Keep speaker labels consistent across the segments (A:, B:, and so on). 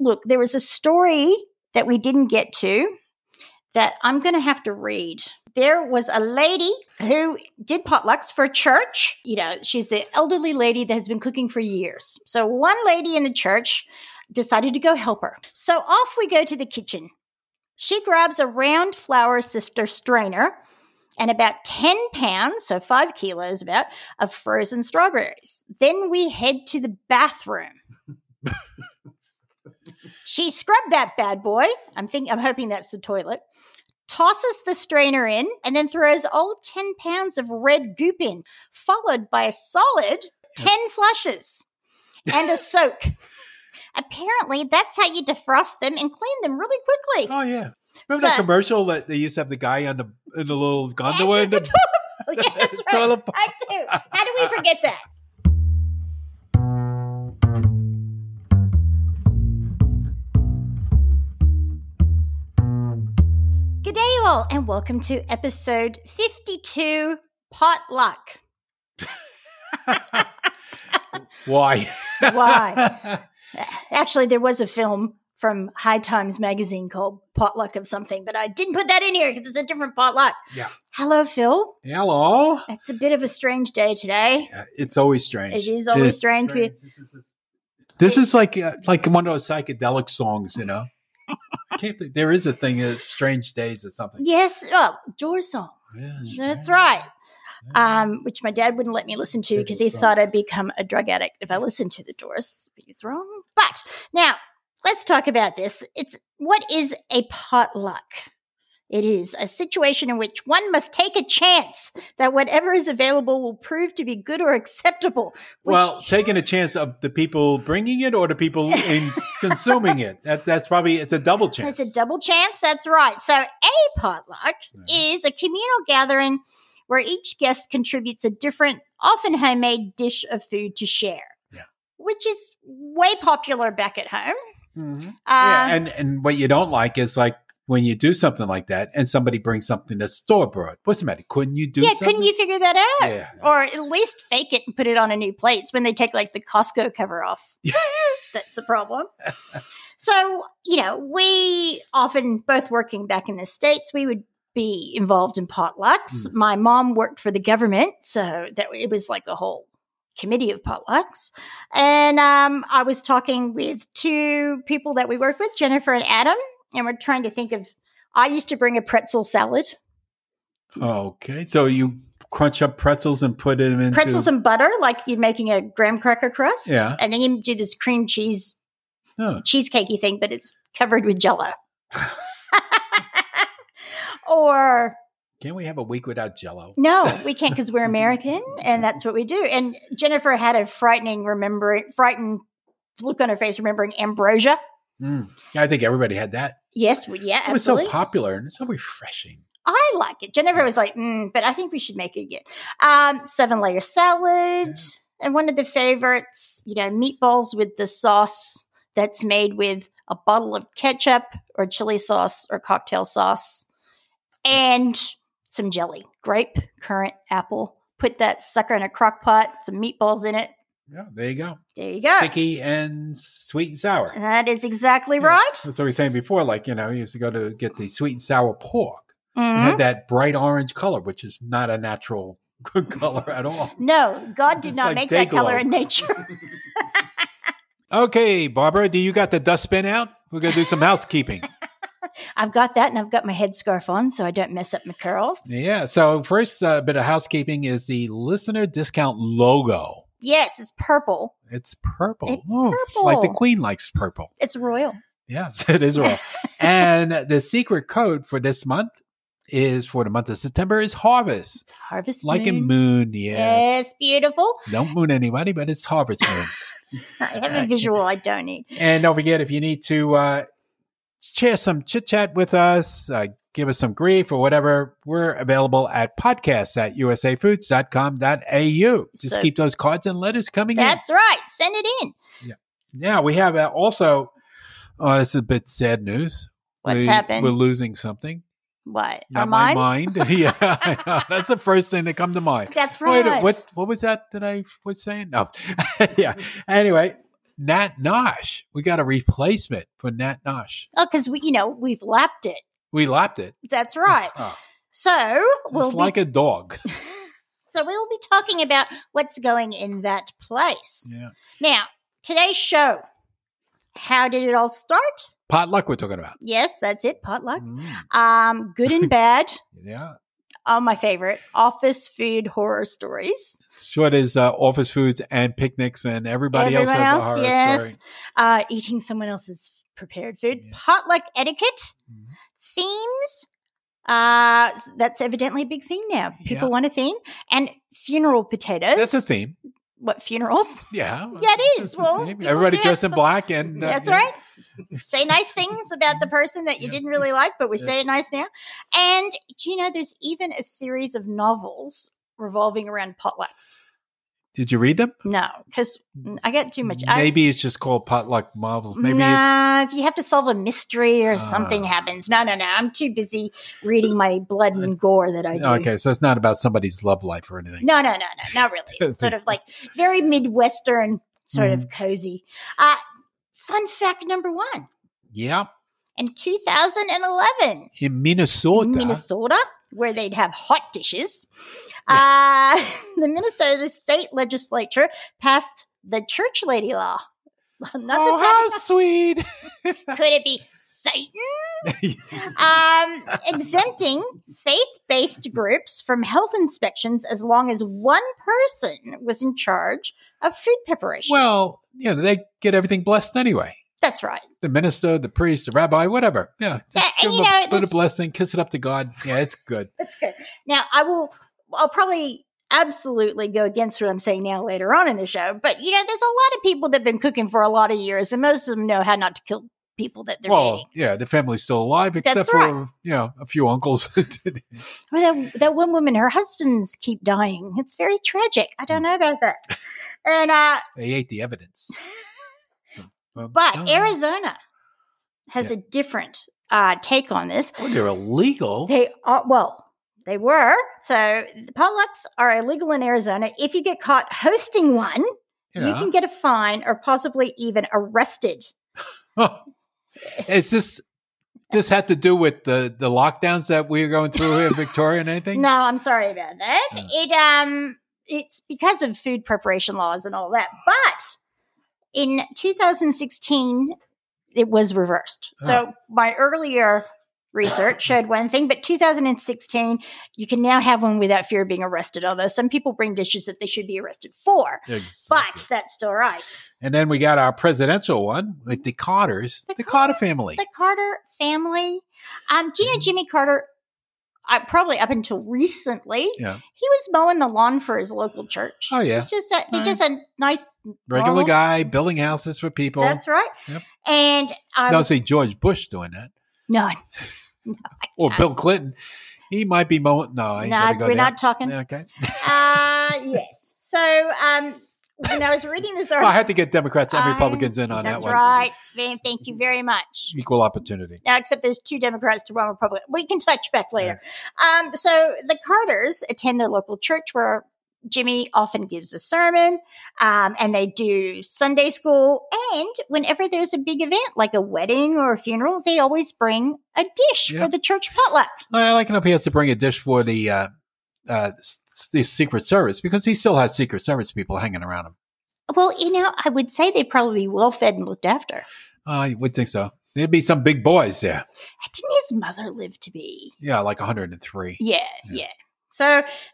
A: look, there was a story that we didn't get to that I'm going to have to read. There was a lady who did potlucks for a church. You know, she's the elderly lady that has been cooking for years. So one lady in the church decided to go help her. So off we go to the kitchen. She grabs a round flour sifter strainer and about 10 pounds, so five kilos about, of frozen strawberries. Then we head to the bathroom. she scrubbed that bad boy. I'm thinking, I'm hoping that's the toilet. Tosses the strainer in and then throws all 10 pounds of red goop in, followed by a solid 10 flushes and a soak. Apparently, that's how you defrost them and clean them really quickly.
B: Oh yeah. Remember that
A: So-
B: commercial that they used to have the guy on the in the little gondola in the
A: yeah, that's right.
B: Toilet bowl.
A: I do. How do we forget that? Good day, you all, and welcome to episode 52 Potluck.
B: Why?
A: Why? Actually, there was a film from High Times magazine called Potluck of Something, but I didn't put that in here because it's a different potluck.
B: Yeah.
A: Hello, Phil.
B: Hello.
A: It's a bit of a strange day today.
B: Yeah, It's always strange.
A: It is always
B: It's
A: strange. We-
B: This is like uh, like one of those psychedelic songs, you know. I can't think, there is a thing uh, strange days or something.
A: Yes, oh, door song.
B: Yeah,
A: That's
B: yeah,
A: right.
B: yeah.
A: Um, which my dad wouldn't let me listen to because he
B: Doors.
A: thought I'd become a drug addict if I listened to the Doors. He's wrong. But now let's talk about this. It's what is a potluck? It is a situation in which one must take a chance that whatever is available will prove to be good or acceptable. Which,
B: well, taking a chance of the people bringing it or the people in consuming it. That that's probably it's a double chance.
A: It's a double chance. That's right. So, a potluck is a communal gathering where each guest contributes a different, often homemade dish of food to share.
B: Yeah.
A: Which is way popular back at home.
B: Mhm.
A: Uh,
B: yeah, and and what you don't like is like when you do something like that and somebody brings something that's store bought. What's the matter? Couldn't you do?
A: yeah,
B: something?
A: couldn't you figure that out?
B: Yeah.
A: Or at least fake it and put it on a new plate. It's when they take like the Costco cover off. That's the problem. So, you know, we often, both working back in the States, we would be involved in potlucks. My mom worked for the government, so that it was like a whole committee of potlucks. And um, I was talking with two people that we work with, Jennifer and Adam, and we're trying to think of. I used to bring a pretzel salad,
B: Okay, so you crunch up pretzels and put them into
A: pretzels and butter, like you're making a graham cracker crust.
B: Yeah.
A: And then you do this cream cheese
B: Oh,
A: cheesecakey thing, but it's covered with jello. or
B: can we have a week without Jello?
A: no, we can't because we're American and that's what we do. And Jennifer had a frightening remember frightened look on her face remembering ambrosia.
B: Mm. I think everybody had that.
A: Yes, we, yeah,
B: It was so
A: absolutely.
B: popular and it's so refreshing.
A: I like it. Jennifer was like, mm, but I think we should make it again. Um, seven layer salad. And one of the favorites, you know, meatballs with the sauce that's made with a bottle of ketchup or chili sauce or cocktail sauce and some jelly, grape, currant, apple. Put that sucker in a crock pot, some meatballs in it.
B: Yeah, there you go.
A: There you go.
B: Sticky and sweet and sour.
A: That is exactly right.
B: That's what we were saying before. Like you know, you used to go to get the sweet and sour pork. It
A: Mhm.
B: had that bright orange color, which is not a natural good color at all.
A: No, God did
B: It's
A: not
B: like
A: make that
B: Dayglow.
A: color in nature.
B: Okay, Barbara, do you got the dustbin out? We're gonna do some housekeeping.
A: I've got that and I've got my headscarf on so I don't mess up my curls.
B: yeah. So first uh, bit of housekeeping is the listener discount logo.
A: Yes, it's purple.
B: It's purple.
A: It's
B: f- Like the
A: purple.
B: queen likes purple.
A: It's royal.
B: Yes, it is royal. and the secret code for this month is for the month of September is harvest.
A: Harvest
B: Like a
A: moon.
B: moon, yes.
A: Yes, beautiful.
B: Don't moon anybody, but it's harvest moon.
A: I have a visual I don't need.
B: and don't forget if you need to uh, share some chit chat with us, uh, give us some grief or whatever, we're available at podcasts at usafoods.com.au. Just
A: So-
B: keep those cards and letters coming in.
A: That's right. Send it in.
B: Yeah, we have uh, also. Oh, this is a bit sad news.
A: What's
B: We-
A: happened?
B: We're losing something.
A: what?
B: Not
A: Our
B: my
A: minds?
B: mind. yeah, I know. that's the first thing that come to mind.
A: That's
B: Wait,
A: right.
B: what? What was that that I was saying? No. yeah. Anyway, Nat Nosh. We got a replacement for Nat Nosh.
A: Oh, because we, you know, we've lapped it.
B: We lapped it.
A: That's right.
B: Oh,
A: So we'll
B: it's
A: be,
B: like a dog.
A: so we will be talking about what's going in that place.
B: Yeah.
A: Now, today's show. How did it all start?
B: Potluck we're talking about.
A: Yes, that's it. Potluck.
B: Mm,
A: Um, good and bad.
B: yeah.
A: Oh, my favorite. Office food horror stories.
B: Sure, there's uh, office foods and picnics, and everybody else
A: Everyone
B: has
A: else,
B: a horror
A: yes.
B: story.
A: Uh, eating someone else's prepared food.
B: Yeah.
A: Potluck etiquette.
B: Mhm.
A: Themes. Uh, that's evidently a big thing now. People
B: Yeah.
A: want a theme. And funeral potatoes.
B: That's a theme.
A: What, funerals?
B: Yeah.
A: Yeah, it is.
B: That's a
A: Well,
B: theme.
A: people
B: everybody
A: do
B: dressed in
A: have-
B: black, and uh,
A: That's
B: yeah.
A: right. Say nice things about the person that you
B: Yeah.
A: didn't really like, but we
B: Yeah.
A: say it nice now. And do you know there's even a series of novels revolving around potlucks?
B: Did you read them?
A: No, because I got too much. I-
B: Maybe it's just called potluck marvels. Maybe it's
A: nah, you have to solve a mystery or something
B: Ah.
A: happens. No, no, no. I'm too busy reading my blood and gore that I do.
B: okay. So it's not about somebody's love life or anything.
A: No, no, no, no, not really. sort of like very Midwestern, sort
B: Mm.
A: of cozy. Uh, fun fact number one
B: Yeah,
A: in 2011,
B: in Minnesota.
A: Minnesota, where they'd have hot dishes. Uh, the Minnesota state legislature passed the church lady law. Not
B: oh, how
A: the
B: sweet!
A: Satan. Could it be Satan?
B: yeah,
A: Um, exempting faith based groups from health inspections as long as one person was in charge of food preparation.
B: well, you know they get everything blessed anyway.
A: that's right.
B: The minister, the priest, the rabbi, whatever. Yeah, just
A: Yeah,
B: give
A: and you
B: them
A: know,
B: a bit
A: this-
B: of blessing, kiss it up to God. Yeah, it's good.
A: That's good. Now I will. I'll probably absolutely go against what I'm saying now later on in the show. But you know, there's a lot of people that've been cooking for a lot of years, and most of them know how not to kill people that they're
B: well,
A: eating.
B: yeah, the family's still alive except
A: That's
B: for
A: right.
B: you know a few uncles.
A: Or that, that one woman, her husbands keep dying. It's very tragic. I
B: Hmm.
A: don't know about that. And uh,
B: they ate the evidence. Well,
A: but
B: no, no.
A: Arizona has a different uh, take on this.
B: Oh, they're illegal.
A: They are well. They were so the potlucks are illegal in Arizona. If you get caught hosting one, you
B: Yeah.
A: can get a fine or possibly even arrested.
B: Is this this had to do with the the lockdowns that we are going through here in Victoria and anything?
A: No, I'm sorry about that.
B: Yeah.
A: It um it's because of food preparation laws and all that. But in 2016 it was reversed. So my earlier research showed one thing, but 2016 you can now have one without fear of being arrested, although some people bring dishes that they should be arrested for.
B: Exactly.
A: But that's still right.
B: and then we got our presidential one with the Carters,
A: The
B: the, Carter family.
A: the Carter family. Um, do you
B: Mm-hmm.
A: know Jimmy Carter? Uh, probably up until recently,
B: Yeah.
A: he was mowing the lawn for his local church.
B: Oh, yeah.
A: he's just a, he's
B: Right.
A: just a nice.
B: Regular
A: Oh.
B: guy building houses for people.
A: That's right.
B: Yep.
A: And I
B: Don't
A: was,
B: see George Bush doing that,
A: no,
B: or Bill Clinton. He might be mowing. No, I ain't
A: no,
B: gonna
A: we're
B: go there.
A: not talking.
B: Yeah, okay.
A: Uh, yes. So um, when I was reading this
B: Well, I
A: article,
B: had to get Democrats and
A: I-
B: Republicans in on
A: that's
B: that one.
A: right. Van, Thank you very much.
B: Equal opportunity.
A: Now, except there's two Democrats to one Republican. We can touch back later. Um, so the Carters attend their local church where Jimmy often gives a sermon, um, and they do Sunday school. And whenever there's a big event like a wedding or a funeral, they always bring a dish
B: Yeah.
A: for the church potluck.
B: I like enough he has to bring a dish for the uh, uh, s- the Secret Service because he still has Secret Service people hanging around him.
A: Well, you know, I would say they probably be well fed and looked after.
B: I would think so. There'd be some big boys there.
A: Didn't his mother live to be
B: Yeah, like 103.
A: Yeah, yeah.
B: Yeah.
A: So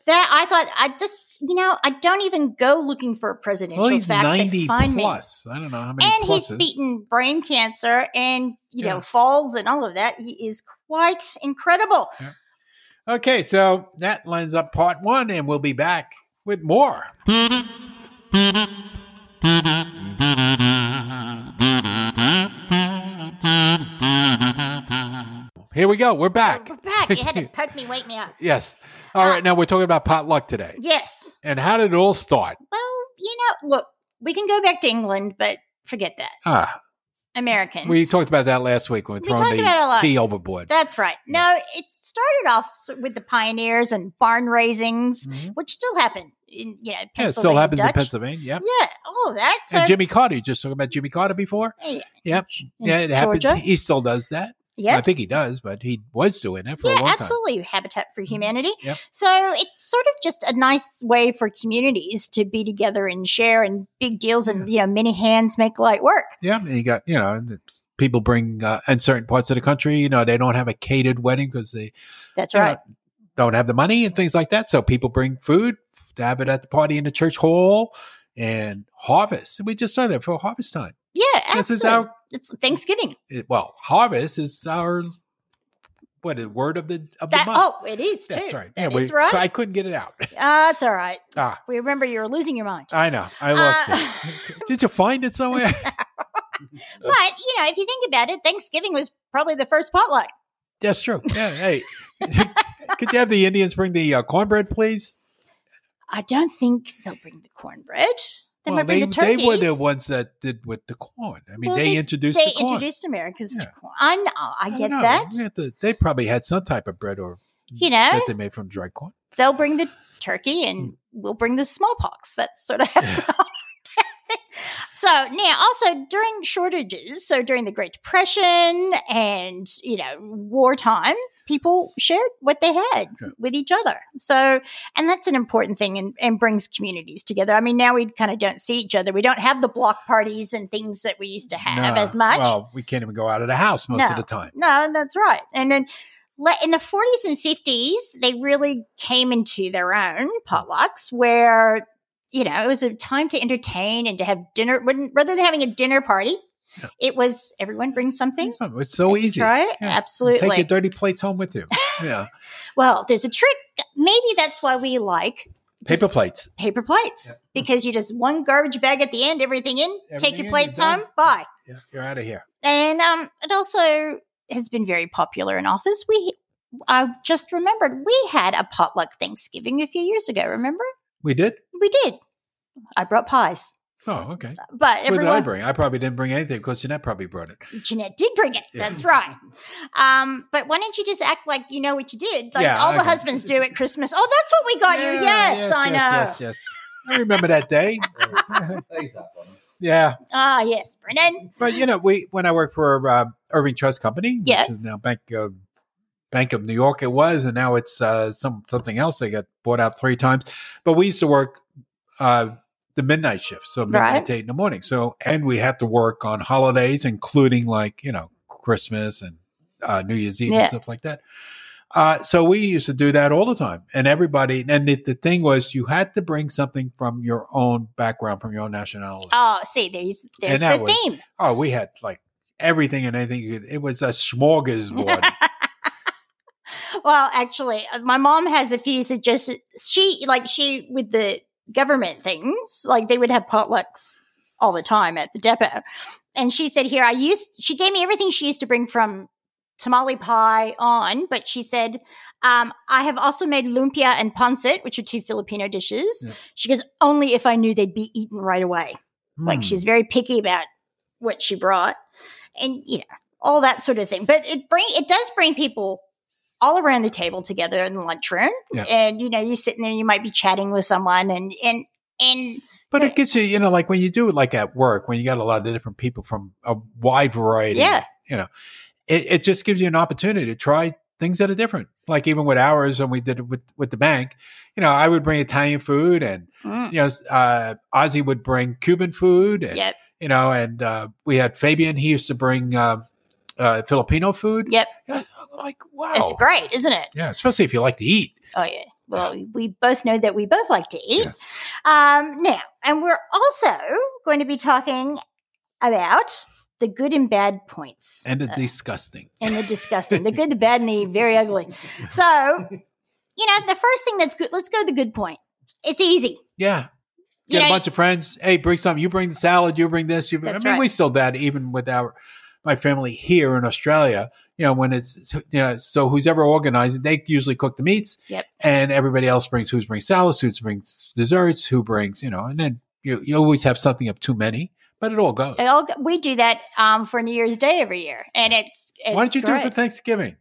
A: that I thought I just you know I don't even go looking for a presidential
B: Well, he's
A: fact. They
B: 90
A: find me.
B: plus. I don't know how many
A: and
B: pluses.
A: he's beaten brain cancer and you
B: Yeah.
A: know falls and all of that. He is quite incredible.
B: okay, so that lines up part one, and we'll be back with more. Here we go. We're back.
A: We're back. You Oh, had to poke me, wake me up.
B: Yes. All right. Now we're talking about potluck today.
A: Yes.
B: And how did it all start?
A: Well, you know, look, we can go back to England, but forget that
B: Ah,
A: American.
B: we talked about that last week when we
A: We
B: throwing
A: talked about it a
B: the
A: lot.
B: tea overboard.
A: That's right. No, it started off s- with the pioneers and barn raisings,
B: Mhm.
A: which still happen in you know Pennsylvania
B: Yeah, it still happens in
A: Dutch.
B: Pennsylvania. Yeah.
A: Yeah. Oh, that's so.
B: and Jimmy Carter, you just talking about Jimmy Carter before?
A: Hey,
B: Yep.
A: in
B: Yeah, it happens.
A: Georgia.
B: He still does that.
A: yeah.
B: I think he does, but he was doing it for a
A: yeah,
B: long Mm-hmm.
A: absolutely. Habitat for Humanity.
B: Yep.
A: So it's sort of just a nice way for communities to be together and share and big deals and you know many hands make light work.
B: time. Yeah, and you got you know it's- people bring uh, in certain parts of the country. You know they don't have a catered wedding because they
A: That's
B: you know,
A: right.
B: don't have the money and things like that. So people bring food to have it at the party in the church hall and harvest. We just saw that for harvest time.
A: Yeah, absolutely.
B: This is our
A: it's Thanksgiving.
B: it- well harvest is our what a word of the of
A: That
B: the month.
A: oh, it is too.
B: That's right.
A: That
B: we-
A: is right.
B: I couldn't get it out.
A: Ah, it's all right.
B: Ah.
A: We remember you're losing your mind.
B: I know. I lost
A: Uh,
B: it. Did you find it somewhere?
A: but you know, if you think about it, Thanksgiving was probably the first potluck.
B: That's true. Yeah. Hey, could you have the Indians bring the uh, cornbread, please?
A: I don't think they'll bring the cornbread. They might
B: they,
A: bring the turkeys.
B: they were the ones that did with the corn. I mean,
A: Well,
B: they,
A: they-
B: introduced
A: they
B: the corn.
A: introduced Americans
B: Yeah.
A: to corn. I know. I,
B: don't
A: get
B: know.
A: that.
B: We had to- they probably had some type of bread or
A: You know?
B: that they made from dry corn.
A: They'll bring the turkey
B: Mm.
A: and we'll bring the smallpox. That's sort of how So now, also during shortages, so during the Great Depression and you know wartime, people shared what they had
B: Yeah.
A: with each other. So, and that's an important thing and, and brings communities together. I mean, now we kind of don't see each other. We don't have the block parties and things that we used to have
B: No.
A: as much.
B: Well, we can't even go out of the house most of
A: No.
B: the time.
A: No, that's right. And then le- in the 40s and 50s, they really came into their own potlucks where, you know, it was a time to entertain and to have dinner. When, rather than having a dinner party,
B: Yeah.
A: it was everyone brings something.
B: It's- It's so easy.
A: Try it?
B: Yeah. You
A: Absolutely.
B: Take your dirty plates home with you. Yeah.
A: well, there's a trick. Maybe that's why we like
B: Paper
A: Just-
B: plates.
A: paper plates because you just one garbage bag at the end, everything in,
B: Everything
A: take your
B: in,
A: plates
B: you're done.
A: home, bye.
B: Yeah, you're out of here.
A: and um, it also has been very popular in office. We, I just remembered we had a potluck Thanksgiving a few years ago. Remember,
B: We did?
A: we did. I brought pies,
B: Oh, okay.
A: but
B: What did I
A: everyone
B: bring? I probably didn't bring anything because Jeanette probably brought it.
A: Jeanette did bring it.
B: Yeah.
A: That's right. Um, but why don't you just act like you know what you did, like
B: Yeah,
A: all the
B: okay.
A: husbands do at Christmas? Oh, that's what we got
B: Yeah,
A: you. Yes, I know.
B: Yes, yes. I remember that day.
C: Thanks, Apple.
B: Yeah,
A: Ah, yes, Brennan.
B: but you know, we when I worked for uh, Irving Trust Company,
A: Yeah.
B: which is now Bank of Bank of New York, it was, and now it's uh, some something else. They got bought out three times, but we used to work uh, the midnight shift, so midnight
A: Right.
B: to eight in the morning. So, and we had to work on holidays, including like you know Christmas and uh, New Year's Eve
A: Yeah.
B: and stuff like that. Uh, so we used to do that all the time, and everybody. And the, the thing was, you had to bring something from your own background, from your own nationality.
A: Oh, see, there's there's
B: And that
A: the
B: was-
A: theme.
B: Oh, we had like everything and anything. you could- It was a smorgasbord.
A: well, actually, uh, my mom has a few suggestions. She like she with the government things, like they would have potlucks all the time at the depot. And she said, "Here, I used." She gave me everything she used to bring from tamale pie on, but she said, um, "I have also made lumpia and pancit, which are two Filipino dishes."
B: Yeah.
A: She goes, "Only if I knew they'd be eaten right away." Like
B: Hmm.
A: she's very picky about what she brought, and you know all that sort of thing. But it bring it does bring people all around the table together in the lunchroom,
B: Yeah.
A: and you know you're sitting there, you might be chatting with someone, and and and
B: but it gets you, you know, like when you do it like at work, when you got a lot of different people from a wide variety.
A: Yeah.
B: You know, it, it just gives you an opportunity to try things that are different. Like even with ours, when we did it with, with the bank, you know, I would bring Italian food and,
A: mm,
B: you know, uh, Ozzy would bring Cuban food. And,
A: yep,
B: You know, and uh, we had Fabian, he used to bring uh, uh, Filipino food.
A: Yep.
B: Yeah, Like, wow.
A: it's great, isn't it?
B: Yeah, especially if you like to eat.
A: Oh yeah. Well, we both know that we both like to eat.
B: Yes.
A: Um, now, and we're also going to be talking about the good and bad points
B: and it's disgusting.
A: and the disgusting, the good, the bad, and the very ugly. So, you know, the first thing that's good. Let's go to the good point. It's easy.
B: Yeah.
A: You
B: Get
A: know,
B: a bunch of friends. Hey, bring some. You bring the salad. You bring this. You. Bring, I
A: That's
B: mean,
A: right.
B: we still do that even with our my family here in Australia. You know, when it's you know, so who's ever organizing, they usually cook the meats.
A: Yep.
B: And everybody else brings who's brings salads, who brings desserts, who brings you know, and then you you always have something of too many, but it all goes.
A: It all, we do that um, for New Year's Day every year, and it's, it's
B: Why don't you do it
A: great.
B: for Thanksgiving?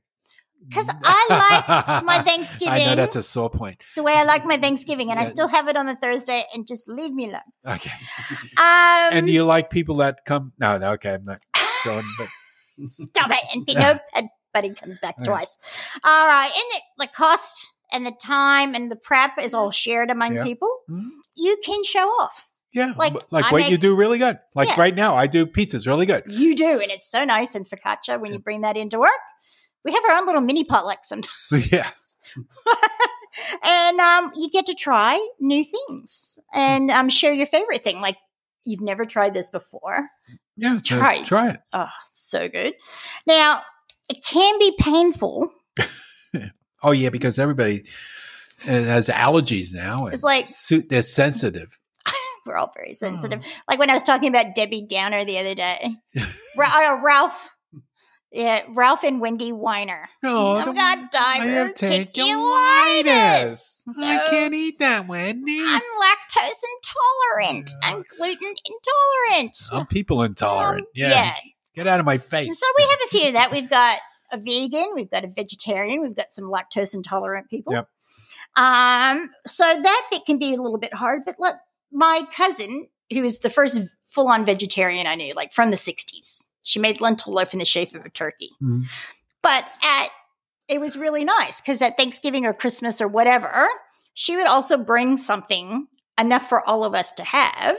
A: because I like my Thanksgiving
B: I know that's a sore point.
A: the way I like my Thanksgiving, and I
B: Yeah.
A: still have it on a Thursday, and just leave me alone.
B: Okay.
A: Um,
B: and you like people that come? No, no. Okay, I'm not going. But
A: stop it. And Pinot and Buddy comes back
B: All right.
A: twice. All right. And the, the cost and the time and the prep is all shared among
B: Yeah.
A: people.
B: Mhm.
A: You can show off.
B: yeah,
A: Like,
B: like, like
A: I
B: what you
A: make-
B: do really good. Like
A: Yeah.
B: right now, I do pizzas really good.
A: You do. And it's so nice in focaccia when you bring that into work. We have our own little mini potluck sometimes.
B: yeah.
A: and um, you get to try new things
B: Hmm.
A: and um, share your favorite thing. Like, you've never tried this before.
B: Yeah. so
A: try it.
B: Try it.
A: Oh, so good. Now, it can be painful
B: Oh yeah, because everybody uh, has allergies now. and
A: It's like-
B: su- they're sensitive.
A: we're all very sensitive.
B: Hmm.
A: Like when I was talking about Debbie Downer the other day, Ra- uh, Ralph, yeah, Ralph and Wendy Weiner.
B: Oh,
A: I've
B: the-
A: got diverticulitis.
B: I
A: So
B: can't eat that, Wendy.
A: I'm lactose intolerant.
B: Yeah.
A: I'm gluten intolerant.
B: I'm people intolerant.
A: Um,
B: Yeah. Get out of my face.
A: So we have a few of that. We've got a vegan, we've got a vegetarian, we've got some lactose intolerant people.
B: Yep.
A: Um, so that bit can be a little bit hard, but look, my cousin, who is the first full on vegetarian I knew, like from the 60s, she made lentil loaf in the shape of a turkey.
B: Mhm.
A: But at it was really nice because at Thanksgiving or Christmas or whatever, she would also bring something enough for all of us to have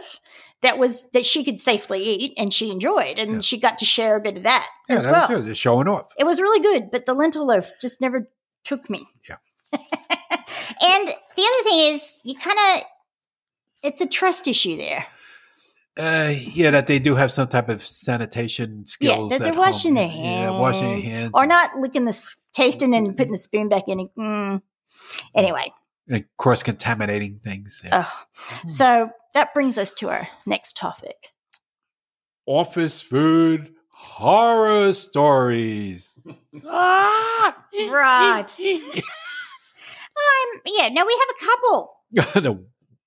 A: that was that she could safely eat and she enjoyed and
B: Yeah.
A: she got to share a bit of that
B: yeah,
A: as
B: that
A: well.
B: was good. They're showing off.
A: It was really good, but the lentil loaf just never took me.
B: Yeah.
A: and the other thing is, you kind of, it's a trust issue there.
B: Uh, yeah, that they do have some type of sanitation skills.
A: yeah, that they're
B: at
A: washing
B: home.
A: their hands.
B: Yeah, washing their hands.
A: Or not licking the, s- tasting and putting the spoon back in. and- Mm. Anyway,
B: And cross contaminating things. Yeah.
A: ugh. so that brings us to our next topic.
B: Office food horror stories. ah!
A: Right. Um, yeah, no, we have a couple.
B: well,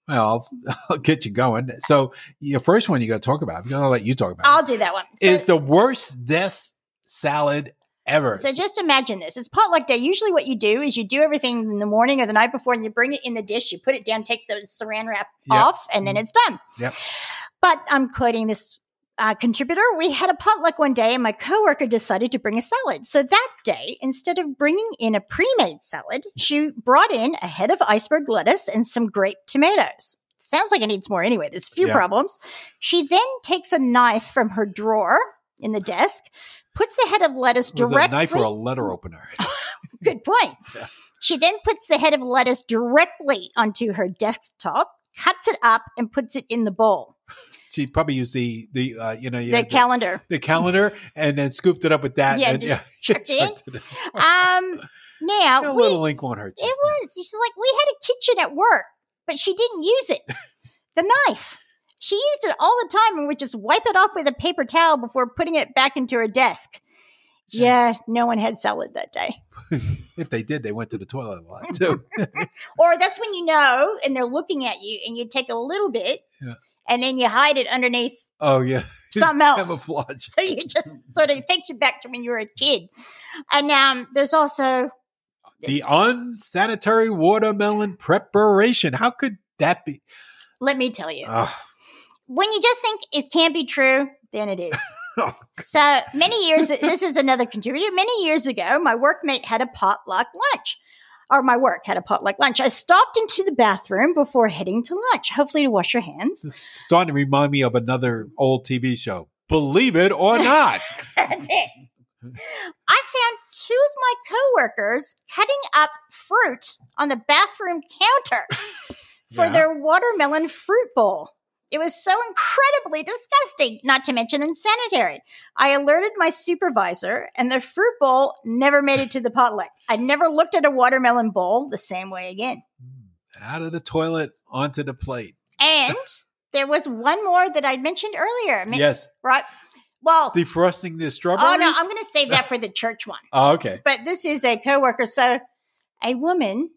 B: I'll, I'll get you going. So, your first one you got to talk about. I'm going to let you talk about.
A: I'll
B: it,
A: do that one. So-
B: is the worst death salad ever.
A: So just imagine this. It's potluck day. Usually what you do is you do everything in the morning or the night before and you bring it in the dish, you put it down, take the saran wrap
B: Yep.
A: off, and then
B: Mhm.
A: it's done.
B: Yep.
A: But I'm quoting this uh, contributor. We had a potluck one day and my coworker decided to bring a salad. So that day, instead of bringing in a pre-made salad, she brought in a head of iceberg lettuce and some grape tomatoes. Sounds like it needs more anyway. There's a few
B: Yeah.
A: problems. She then takes a knife from her drawer in the desk, puts the head of lettuce
B: was
A: directly
B: it a knife or a letter opener?
A: Good point.
B: Yeah.
A: She then puts the head of lettuce directly onto her desktop, cuts it up, and puts it in the bowl,
B: she probably used the the uh, you know yeah,
A: the calendar.
B: the calendar and then scooped it up with that.
A: Yeah,
B: and,
A: just
B: chucked
A: it in.
B: in.
A: Um,
B: a
A: now we,
B: little
A: it
B: link won't hurt. you.
A: was. She's like, we had a kitchen at work, but she didn't use it. The knife. She used it all the time and would just wipe it off with a paper towel before putting it back into her desk. Yeah, no one had salad that day.
B: If they did, they went to the toilet a lot too.
A: Or that's when you know and they're looking at you and you take a little bit
B: Yeah.
A: and then you hide it underneath
B: oh yeah,
A: something else.
B: camouflage.
A: So you just sort of it takes you back to when you were a kid. And um, there's also
B: The unsanitary watermelon preparation. How could that be?
A: let me tell you,
B: Oh,
A: when you just think it can't be true, then it is.
B: Oh,
A: so many years. This is another contributor. Many years ago, my workmate had a potluck lunch. Or my work had a potluck lunch. I stopped into the bathroom before heading to lunch, hopefully to wash your hands.
B: this is starting to remind me of another old TV show. Believe it or not.
A: That's it. I found two of my coworkers cutting up fruit on the bathroom counter. for
B: Yeah.
A: their watermelon fruit bowl. It was so incredibly disgusting, not to mention insanitary. I alerted my supervisor, and the fruit bowl never made it to the potluck. I never looked at a watermelon bowl the same way again.
B: out of the toilet onto the plate.
A: And there was one more that I mentioned earlier. I mean,
B: Yes,
A: Right? Well,
B: defrosting the strawberries.
A: oh no, I'm going to save that for the church one.
B: Oh, okay.
A: But this is a coworker. So a woman,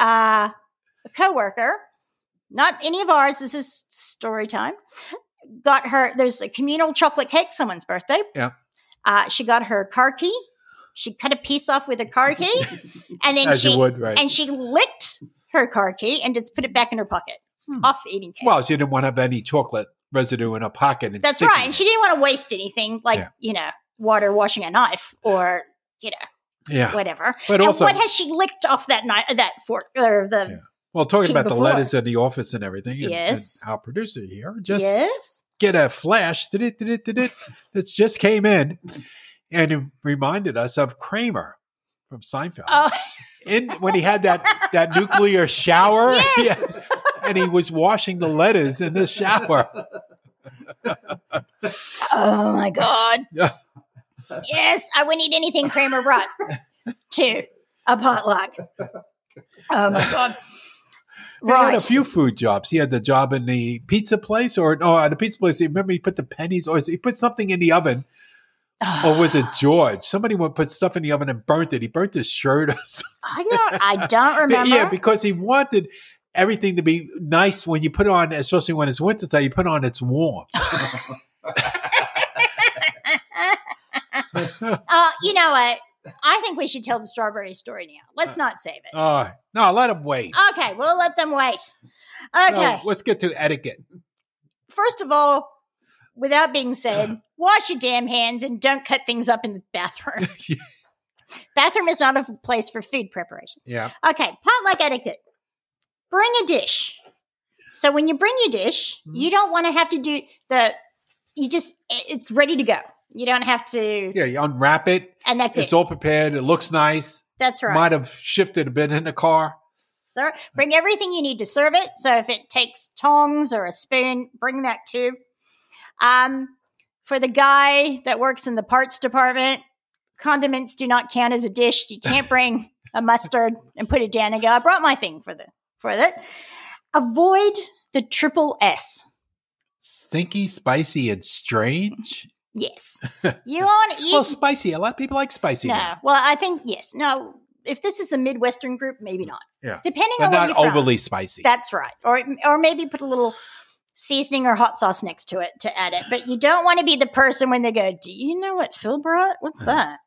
A: uh, a coworker, not any of ours. This is story time. Got her. There's a communal chocolate cake. Someone's birthday.
B: Yeah.
A: Uh, she got her car key. She cut a piece off with her car key, and then
B: As
A: she
B: you would, right?
A: and she licked her car key and just put it back in her pocket.
B: Hmm.
A: Off eating cake.
B: well, she didn't want to have any chocolate residue in her pocket. And
A: That's
B: sticky.
A: right. And she didn't want to waste anything like,
B: Yeah.
A: you know, water washing a knife or, you know,
B: yeah.
A: whatever.
B: But
A: and
B: also,
A: what has she licked off that night, that fork or the
B: well, talking
A: Came
B: about the
A: before.
B: letters in the office and everything, and,
A: Yes.
B: and our producer here just
A: yes?
B: get a flash did that just came in and it reminded us of Kramer from Seinfeld.
A: Oh,
B: In when he had that that nuclear shower,
A: Yes.
B: Yeah. and he was washing the letters in the shower.
A: oh my God.
B: Yeah.
A: yes, I wouldn't eat anything Kramer brought to a potluck. Oh my God.
B: He had a
A: Right.
B: few food jobs. He had the job in the pizza place, or no, at the pizza place. He Remember, he put the pennies, or he put something in the oven, or was it George? Somebody would put stuff in the oven and burnt it. He burnt his shirt. Or something.
A: I don't, I don't remember.
B: Yeah, because he wanted everything to be nice when you put it on, especially when it's winter time. You put it on, it's warm.
A: uh, you know what? I think we should tell the strawberry story now. Let's not save it.
B: Oh no, let him wait.
A: Okay, we'll let them wait.
B: No,
A: Oh,
B: Oh.
A: Okay.
B: let's get to etiquette.
A: First of all, without being
B: Uh-huh.
A: said, wash your damn hands and don't cut things up in the bathroom. bathroom is not a place for food preparation.
B: Yeah,
A: Okay, potluck etiquette. Bring a dish. So when you bring your dish,
B: Mm-hmm.
A: you don't want to have to do the you just it's ready to go. You don't have to
B: yeah. You unwrap it.
A: and that's
B: It's
A: it.
B: all prepared. It looks nice.
A: That's right.
B: Might have shifted a bit in the car.
A: So bring everything you need to serve it. So if it takes tongs or a spoon, bring that too. Um, for the guy that works in the parts department, condiments do not count as a dish. So you can't bring a mustard and put it down and go, I brought my thing for the for that. Avoid the triple S.
B: Stinky, spicy, and strange.
A: Yes. You want to eat
B: Well, spicy. A lot of people like spicy.
A: No.
B: now,
A: Well, I think yes. No. If this is the Midwestern group, maybe not.
B: Yeah.
A: Depending
B: but
A: on
B: not
A: where you're from.
B: overly spicy.
A: That's right. Or or maybe put a little seasoning or hot sauce next to it to add it. But you don't want to be the person when they go, "Do you know what Phil brought? What's that?"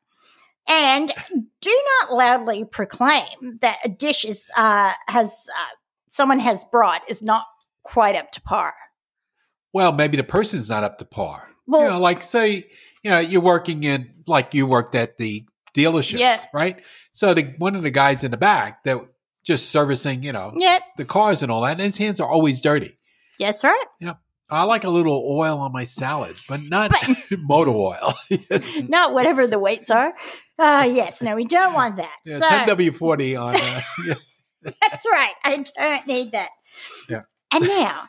A: And do not loudly proclaim that a dish is uh, has uh, someone has brought is not quite up to par.
B: well, maybe the person's not up to par.
A: Well,
B: you know, like say, you know, you're working in, like you worked at the dealerships,
A: Yeah.
B: right? So the one of the guys in the back that just servicing, you know,
A: yep,
B: the cars and all that, and his hands are always dirty.
A: yes, right.
B: I like a little oil on my salad, but not
A: But-
B: motor oil.
A: Not whatever the weights are. Uh, yes, no, we don't want that.
B: Yeah,
A: So-
B: 10W40 on. Uh, yeah.
A: That's right. I don't need that.
B: Yeah.
A: And now,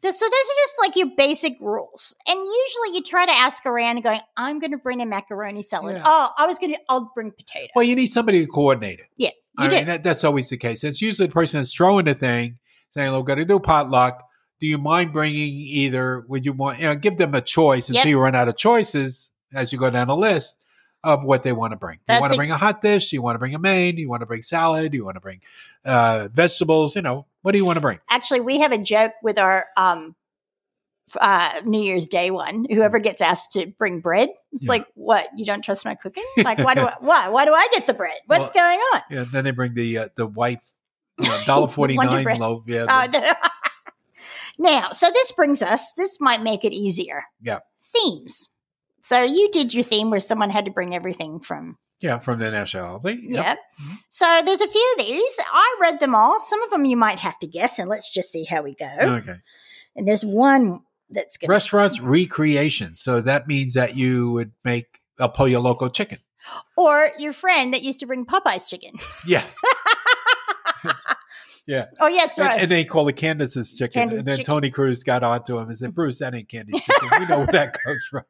A: th- so those are just like your basic rules. And usually you try to ask around and going, I'm going to bring a macaroni salad.
B: Yeah.
A: Oh, I was going to, I'll bring potato.
B: Well, you need somebody to coordinate it.
A: Yeah, you
B: I
A: do.
B: mean, that, that's always the case. It's usually the person that's throwing the thing saying, "Look, we're going to do potluck. Do you mind bringing either? Would you want? You know, give them a choice until
A: Yep.
B: you run out of choices as you go down the list of what they want to bring. Do you
A: That's
B: want to
A: a-
B: bring a hot dish? Do you want to bring a main? Do you want to bring salad? Do you want to bring uh, vegetables? You know, what do you want to bring?
A: Actually, we have a joke with our um, f- uh, New Year's Day one. Whoever gets asked to bring bread, it's
B: Mm. Yeah.
A: like, what? You don't trust my cooking? Like, why do I, why? Why do I get the bread? What's going on?
B: And then they bring the uh, the white you know, dollar forty nine
A: bread.
B: loaf. Yeah,
A: Oh,
B: the-
A: no. now, so this brings us, this might make it easier.
B: Yeah.
A: Themes. So you did your theme where someone had to bring everything from.
B: yeah, from the nationality.
A: Yeah.
B: Yep. Mm-hmm.
A: So there's a few of these. I read them all. Some of them you might have to guess, and let's just see how we go.
B: Okay.
A: And there's one that's going to.
B: Restaurants recreation. So that means that you would make uh, a pollo loco chicken.
A: Or your friend that used to bring Popeye's chicken.
B: Yeah.
A: Oh, yeah, that's right.
B: And, and they call it Candace's chicken.
A: Candace's Mm-hmm.
B: and then
A: chicken.
B: Tony Cruz got onto him and said, Bruce, that ain't Candy's chicken. We know where that comes from.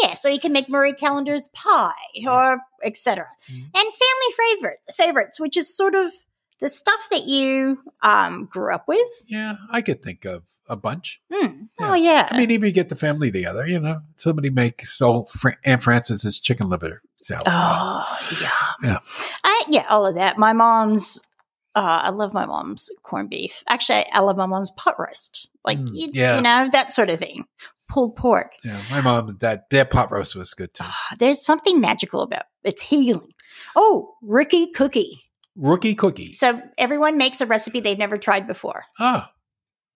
A: yeah, so you can make Murray Callender's pie or etc.
B: Mhm.
A: And family favorite favorites, which is sort of the stuff that you um, grew up with.
B: Yeah, I could think of a bunch.
A: Hmm.
B: Yeah.
A: Oh yeah.
B: I mean, even you get the family together, you know, somebody makes old Fran- Aunt Frances's chicken liver salad.
A: oh yeah.
B: Yeah.
A: I, yeah, all of that. My mom's Uh, I love my mom's corned beef. Actually, I love my mom's pot roast. Like,
B: Mm,
A: you,
B: yeah.
A: you know, that sort of thing. Pulled pork.
B: Yeah, my mom and dad, their pot roast was good too.
A: Ah, There's something magical about It's healing. Oh, Ricky Cookie.
B: Rookie cookie.
A: So everyone makes a recipe they've never tried before.
B: Ah,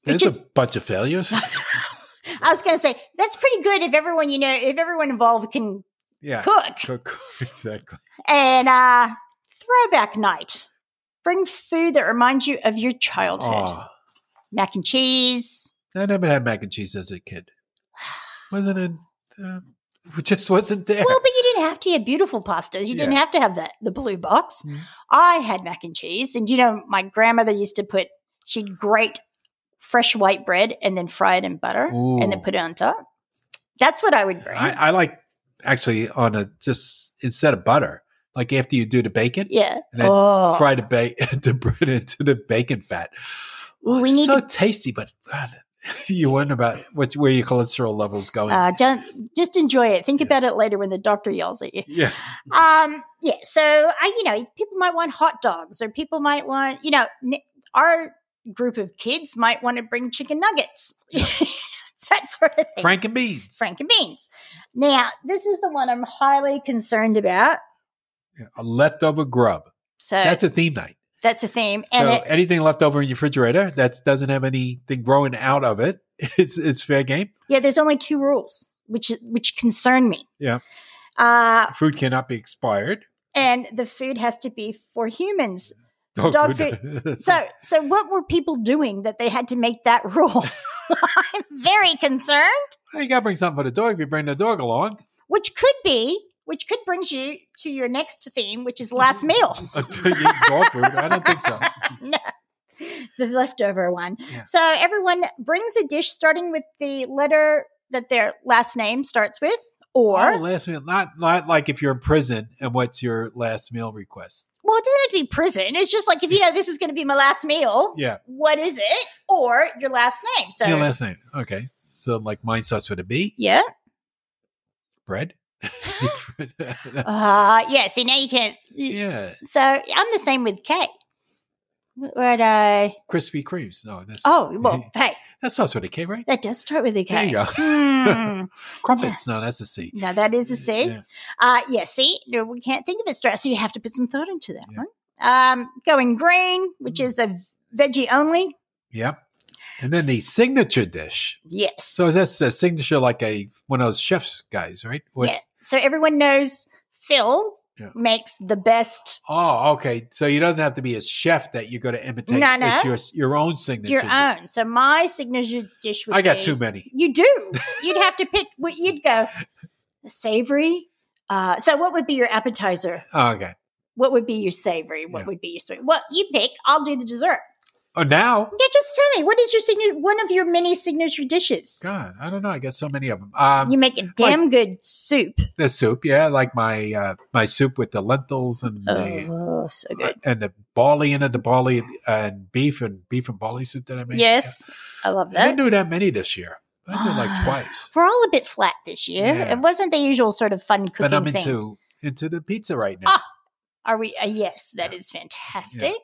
B: there's
A: just-
B: a bunch of failures.
A: I was going to say, that's pretty good if everyone you know, if everyone involved can
B: Yeah,
A: cook.
B: cook exactly.
A: And uh, throwback night. Bring food that reminds you of your childhood.
B: Oh,
A: Mac and cheese.
B: I never had mac and cheese as a kid. Wasn't it? Uh, it just wasn't there.
A: Well, but you didn't have to have beautiful pastas. You didn't
B: Yeah.
A: have to have that the blue box.
B: Mhm.
A: I had mac and cheese, and you know, my grandmother used to put she'd grate fresh white bread and then fry it in butter and then
B: Ooh.
A: put it on top. That's what I would bring.
B: I, I like actually on a just instead of butter, like after you do the bacon,
A: yeah.
B: And then
A: oh,
B: fry the ba- the bread into the bacon fat. Oh,
A: We
B: it's
A: need
B: so tasty, but God, you wonder about what where your cholesterol levels going.
A: uh, don't just enjoy it. Think about it later when the doctor yells at you.
B: yeah,
A: Um, yeah. So I, you know, people might want hot dogs, or people might want, you know, n- our group of kids might want to bring chicken nuggets, that sort of thing.
B: Frank and beans.
A: eh, Frank and beans. Now, this is the one I'm highly concerned about.
B: Yeah, a leftover grub.
A: So that's
B: That's
A: a,
B: a theme night.
A: theme,
B: So
A: Uh, and it,
B: anything left over in your refrigerator that doesn't have anything growing out of it, it's it's fair game.
A: yeah, there's only two rules, which is- which concern me.
B: Yeah.
A: Uh,
B: Food cannot be expired.
A: and the food has to be for humans.
B: Dog,
A: Dog
B: food.
A: So, so what were people doing that they had to make that rule? I'm very concerned.
B: you gotta bring something for the dog if you bring the dog along.
A: which could be which could brings you to your next theme which is
B: Mm-hmm.
A: last meal
B: dog food. I don't think so.
A: no, the leftover one
B: Yeah.
A: so everyone brings a dish starting with the letter that their last name starts with or
B: Oh, last meal. Not not like if you're in prison and what's your last meal request?
A: well it doesn't have to be prison it's just like if you know this is going to be my last meal
B: Yeah.
A: what is it or your last name so
B: Your last name. Okay. So like mine starts with a B,
A: yeah
B: bread.
A: uh yeah see now you can
B: yeah.
A: so i'm the same with k what i
B: Krispy Kremes. No, that's
A: oh well hey
B: that starts with a K, right?
A: that does start with a k
B: There you go.
A: Hmm.
B: Crumpets. No, that's a C.
A: Now that is a C.
B: Yeah.
A: Uh, yeah, see, no, we can't think of it straight, so you have to put some thought into that
B: Yeah.
A: one. Um, going green, which
B: Mm.
A: is a veggie only.
B: Yep. And then the signature dish.
A: Yes.
B: So that's a signature like a one of those chefs guys, right? With-
A: yeah. So everyone knows Phil
B: Yeah.
A: makes the best
B: Oh, okay. So you don't have to be a chef that you're going to imitate.
A: No, no.
B: It's your your own signature.
A: your
B: dish.
A: own. So my signature dish would
B: I got
A: be-
B: too many.
A: You do. You'd have to pick what you'd go savory. Uh, so what would be your appetizer?
B: Oh, okay.
A: What would be your savory? What
B: Yeah.
A: would be your sweet? What you pick, I'll do the dessert.
B: Oh, now
A: Yeah, just tell me what is your signature? One of your many signature dishes.
B: God, I don't know. I got so many of them. Um,
A: You make a damn good soup.
B: the soup, yeah, like my uh, my soup with the lentils and the uh,
A: Oh, so good.
B: and the barley in it, the barley and beef and beef and barley soup that I made.
A: Yes, I love
B: Yeah. I
A: that.
B: didn't do that many this year. I did like
A: Ah.
B: twice.
A: We're all a bit flat this year.
B: Yeah.
A: It wasn't the usual sort of fun cooking
B: But I'm
A: thing.
B: into into the pizza right now.
A: Ah, Are we? Uh, yes, that is fantastic.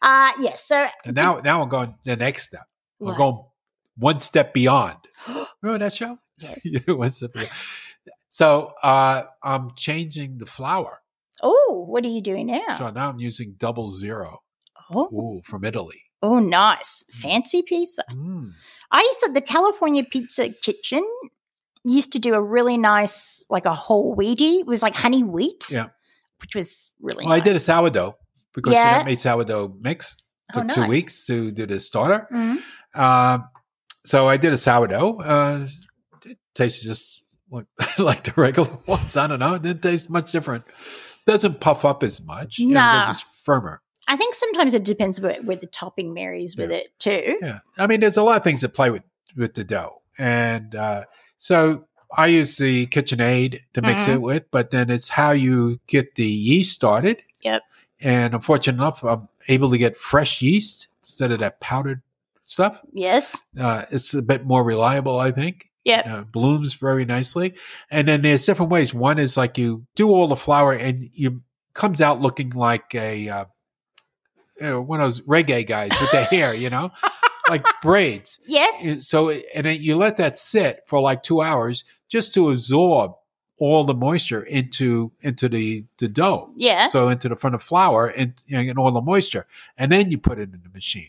A: Uh, yes. So
B: and now now I'm going the next step.
A: What?
B: I'm going one step beyond. Remember that show?
A: yes.
B: one step beyond. So uh, I'm changing the flour.
A: Oh, what are you doing now?
B: So now I'm using double zero.
A: Oh,
B: Ooh, from Italy.
A: oh, nice, fancy pizza.
B: Mm.
A: I used to the California Pizza Kitchen used to do a really nice like a whole wheaty. It was like honey wheat.
B: Yeah.
A: Which was really
B: Well, I did a
A: nice.
B: sourdough because
A: Yeah.
B: she had made sourdough mix.
A: Oh,
B: Took two
A: nice.
B: weeks to do the starter.
A: Mhm.
B: Um, so I did a sourdough. Uh, it tasted just like, like the regular ones. I don't know. It didn't taste much different. Doesn't puff up as much. You know,
A: Nah.
B: it's just firmer.
A: I think sometimes it depends where, where the topping marries with
B: Yeah.
A: it too.
B: Yeah. I mean, there's a lot of things that play with, with the dough. And uh, so I use the KitchenAid to mix
A: Mhm.
B: it with, but then it's how you get the yeast started.
A: Yep.
B: And I'm fortunate enough, I'm able to get fresh yeast instead of that powdered stuff.
A: Yes.
B: Uh, it's a bit more reliable, I think.
A: Yep.
B: Uh, blooms very nicely. And then there's different ways. One is like you do all the flour and you comes out looking like a uh, you know, one of those reggae guys with the hair, you know, like braids.
A: Yes.
B: So, and then you let that sit for like two hours just to absorb all the moisture into into the the dough.
A: Yeah.
B: So into the front of flour and you know, and all the moisture, and then you put it in the machine.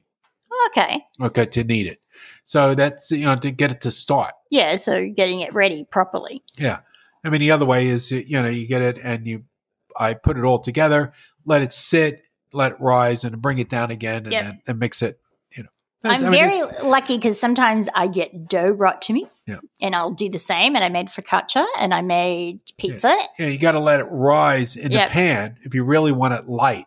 A: Okay.
B: Okay, to knead it. So that's you know to get it to start.
A: Yeah. So getting it ready properly.
B: Yeah. I mean, the other way is, you know, you get it and you, I put it all together, let it sit, let it rise and bring it down again and,
A: Yep.
B: then, and mix it, you know.
A: I'm
B: I mean,
A: very
B: it's-
A: lucky because sometimes I get dough brought to me,
B: Yeah.
A: and I'll do the same. And I made focaccia, and I made pizza.
B: yeah, you got to let it rise in
A: Yep.
B: the pan if you really want it light,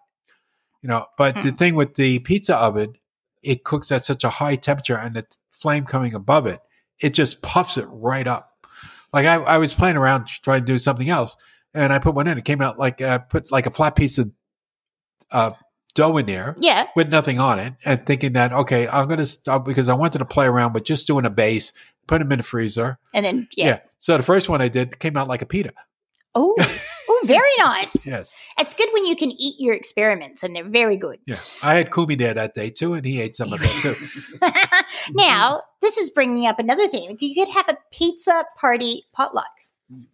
B: you know.
A: Hmm.
B: But the thing with the pizza oven, it cooks at such a high temperature and the flame coming above it, it just puffs it right up. Like I, I was playing around trying to do something else and I put one in. It came out like I put like a flat piece of uh, dough in there.
A: Yeah.
B: with nothing on it and thinking that okay i'm going to stop because i wanted to play around with just doing a base put them in the freezer
A: And then yeah.
B: so the first one i did came out like a pita
A: Oh, oh, very nice.
B: yes
A: It's good when you can eat your experiments, and they're very good.
B: yeah i had kumi there that day too and he ate some of it too Mm-hmm.
A: now, this is bringing up another thing. You could have a pizza party potluck.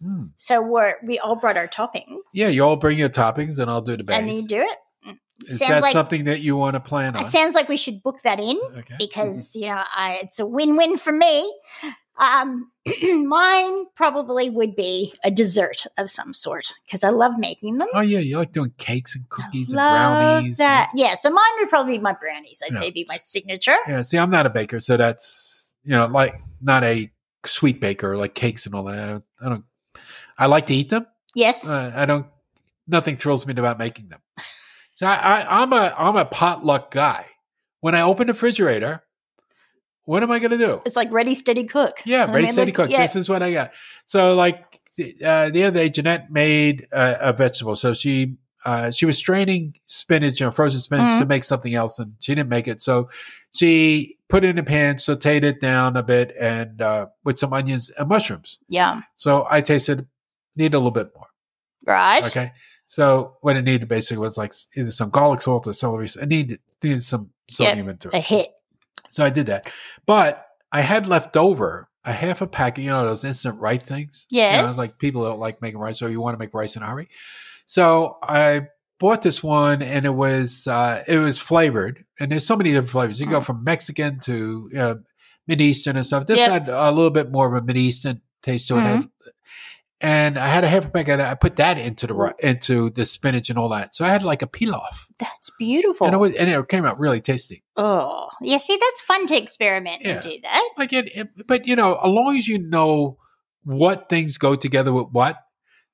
B: Mm.
A: So we're, we all brought our toppings.
B: yeah you all bring your toppings and i'll do the base
A: And you do it.
B: is
A: sounds
B: that
A: like-
B: something that you want to plan on
A: It sounds like we should book that in
B: okay
A: because, you know, I, it's a win win for me. Um, mine probably would be a dessert of some sort because I love making them.
B: oh yeah you like doing cakes and cookies and
A: love
B: brownies
A: that. Yeah. So mine would probably be my brownies. I'd
B: Yeah.
A: say be my signature.
B: yeah see i'm not a baker so that's you know like not a sweet baker like cakes and all that i don't i, don't, I like to eat them
A: Yes.
B: Uh, I don't. Nothing thrills me about making them. So I, I, I'm a I'm a potluck guy. When I open the refrigerator, what am I going to do?
A: it's like ready, steady, cook.
B: Yeah,
A: I
B: ready,
A: mean,
B: steady,
A: like-
B: cook.
A: yeah.
B: This is what I got. So like uh, the other day, Jeanette made uh, a vegetable. So she uh, she was straining spinach, you know, frozen spinach,
A: Mm-hmm.
B: to make something else, and she didn't make it. So she put it in a pan, sauteed it down a bit, and uh, with some onions and mushrooms.
A: Yeah.
B: So I tasted need a little bit more.
A: Right.
B: Okay. So what it needed basically was like either some garlic salt or celery. It needed needed some sodium into
A: A
B: it.
A: hit.
B: So I did that. But I had left over a half a pack of you know those instant rice things. You know,
A: Yes.
B: like people don't like making rice, or you want to make rice in a hurry. So I bought this one and it was uh it was flavored. And there's so many different flavors. You
A: Mm.
B: can go from Mexican to uh Mid Eastern and stuff. This
A: Yep.
B: had a little bit more of a Mid Eastern taste to it.
A: Mhm.
B: And I had a half a pack of that. I put that into the ri- into the spinach and all that. So I had like a pilaf.
A: That's beautiful.
B: And it was and it came out really tasty.
A: oh, yeah. See, that's fun to experiment and
B: Yeah.
A: do that.
B: Like it, it- but you know, as long as you know what things go together with what,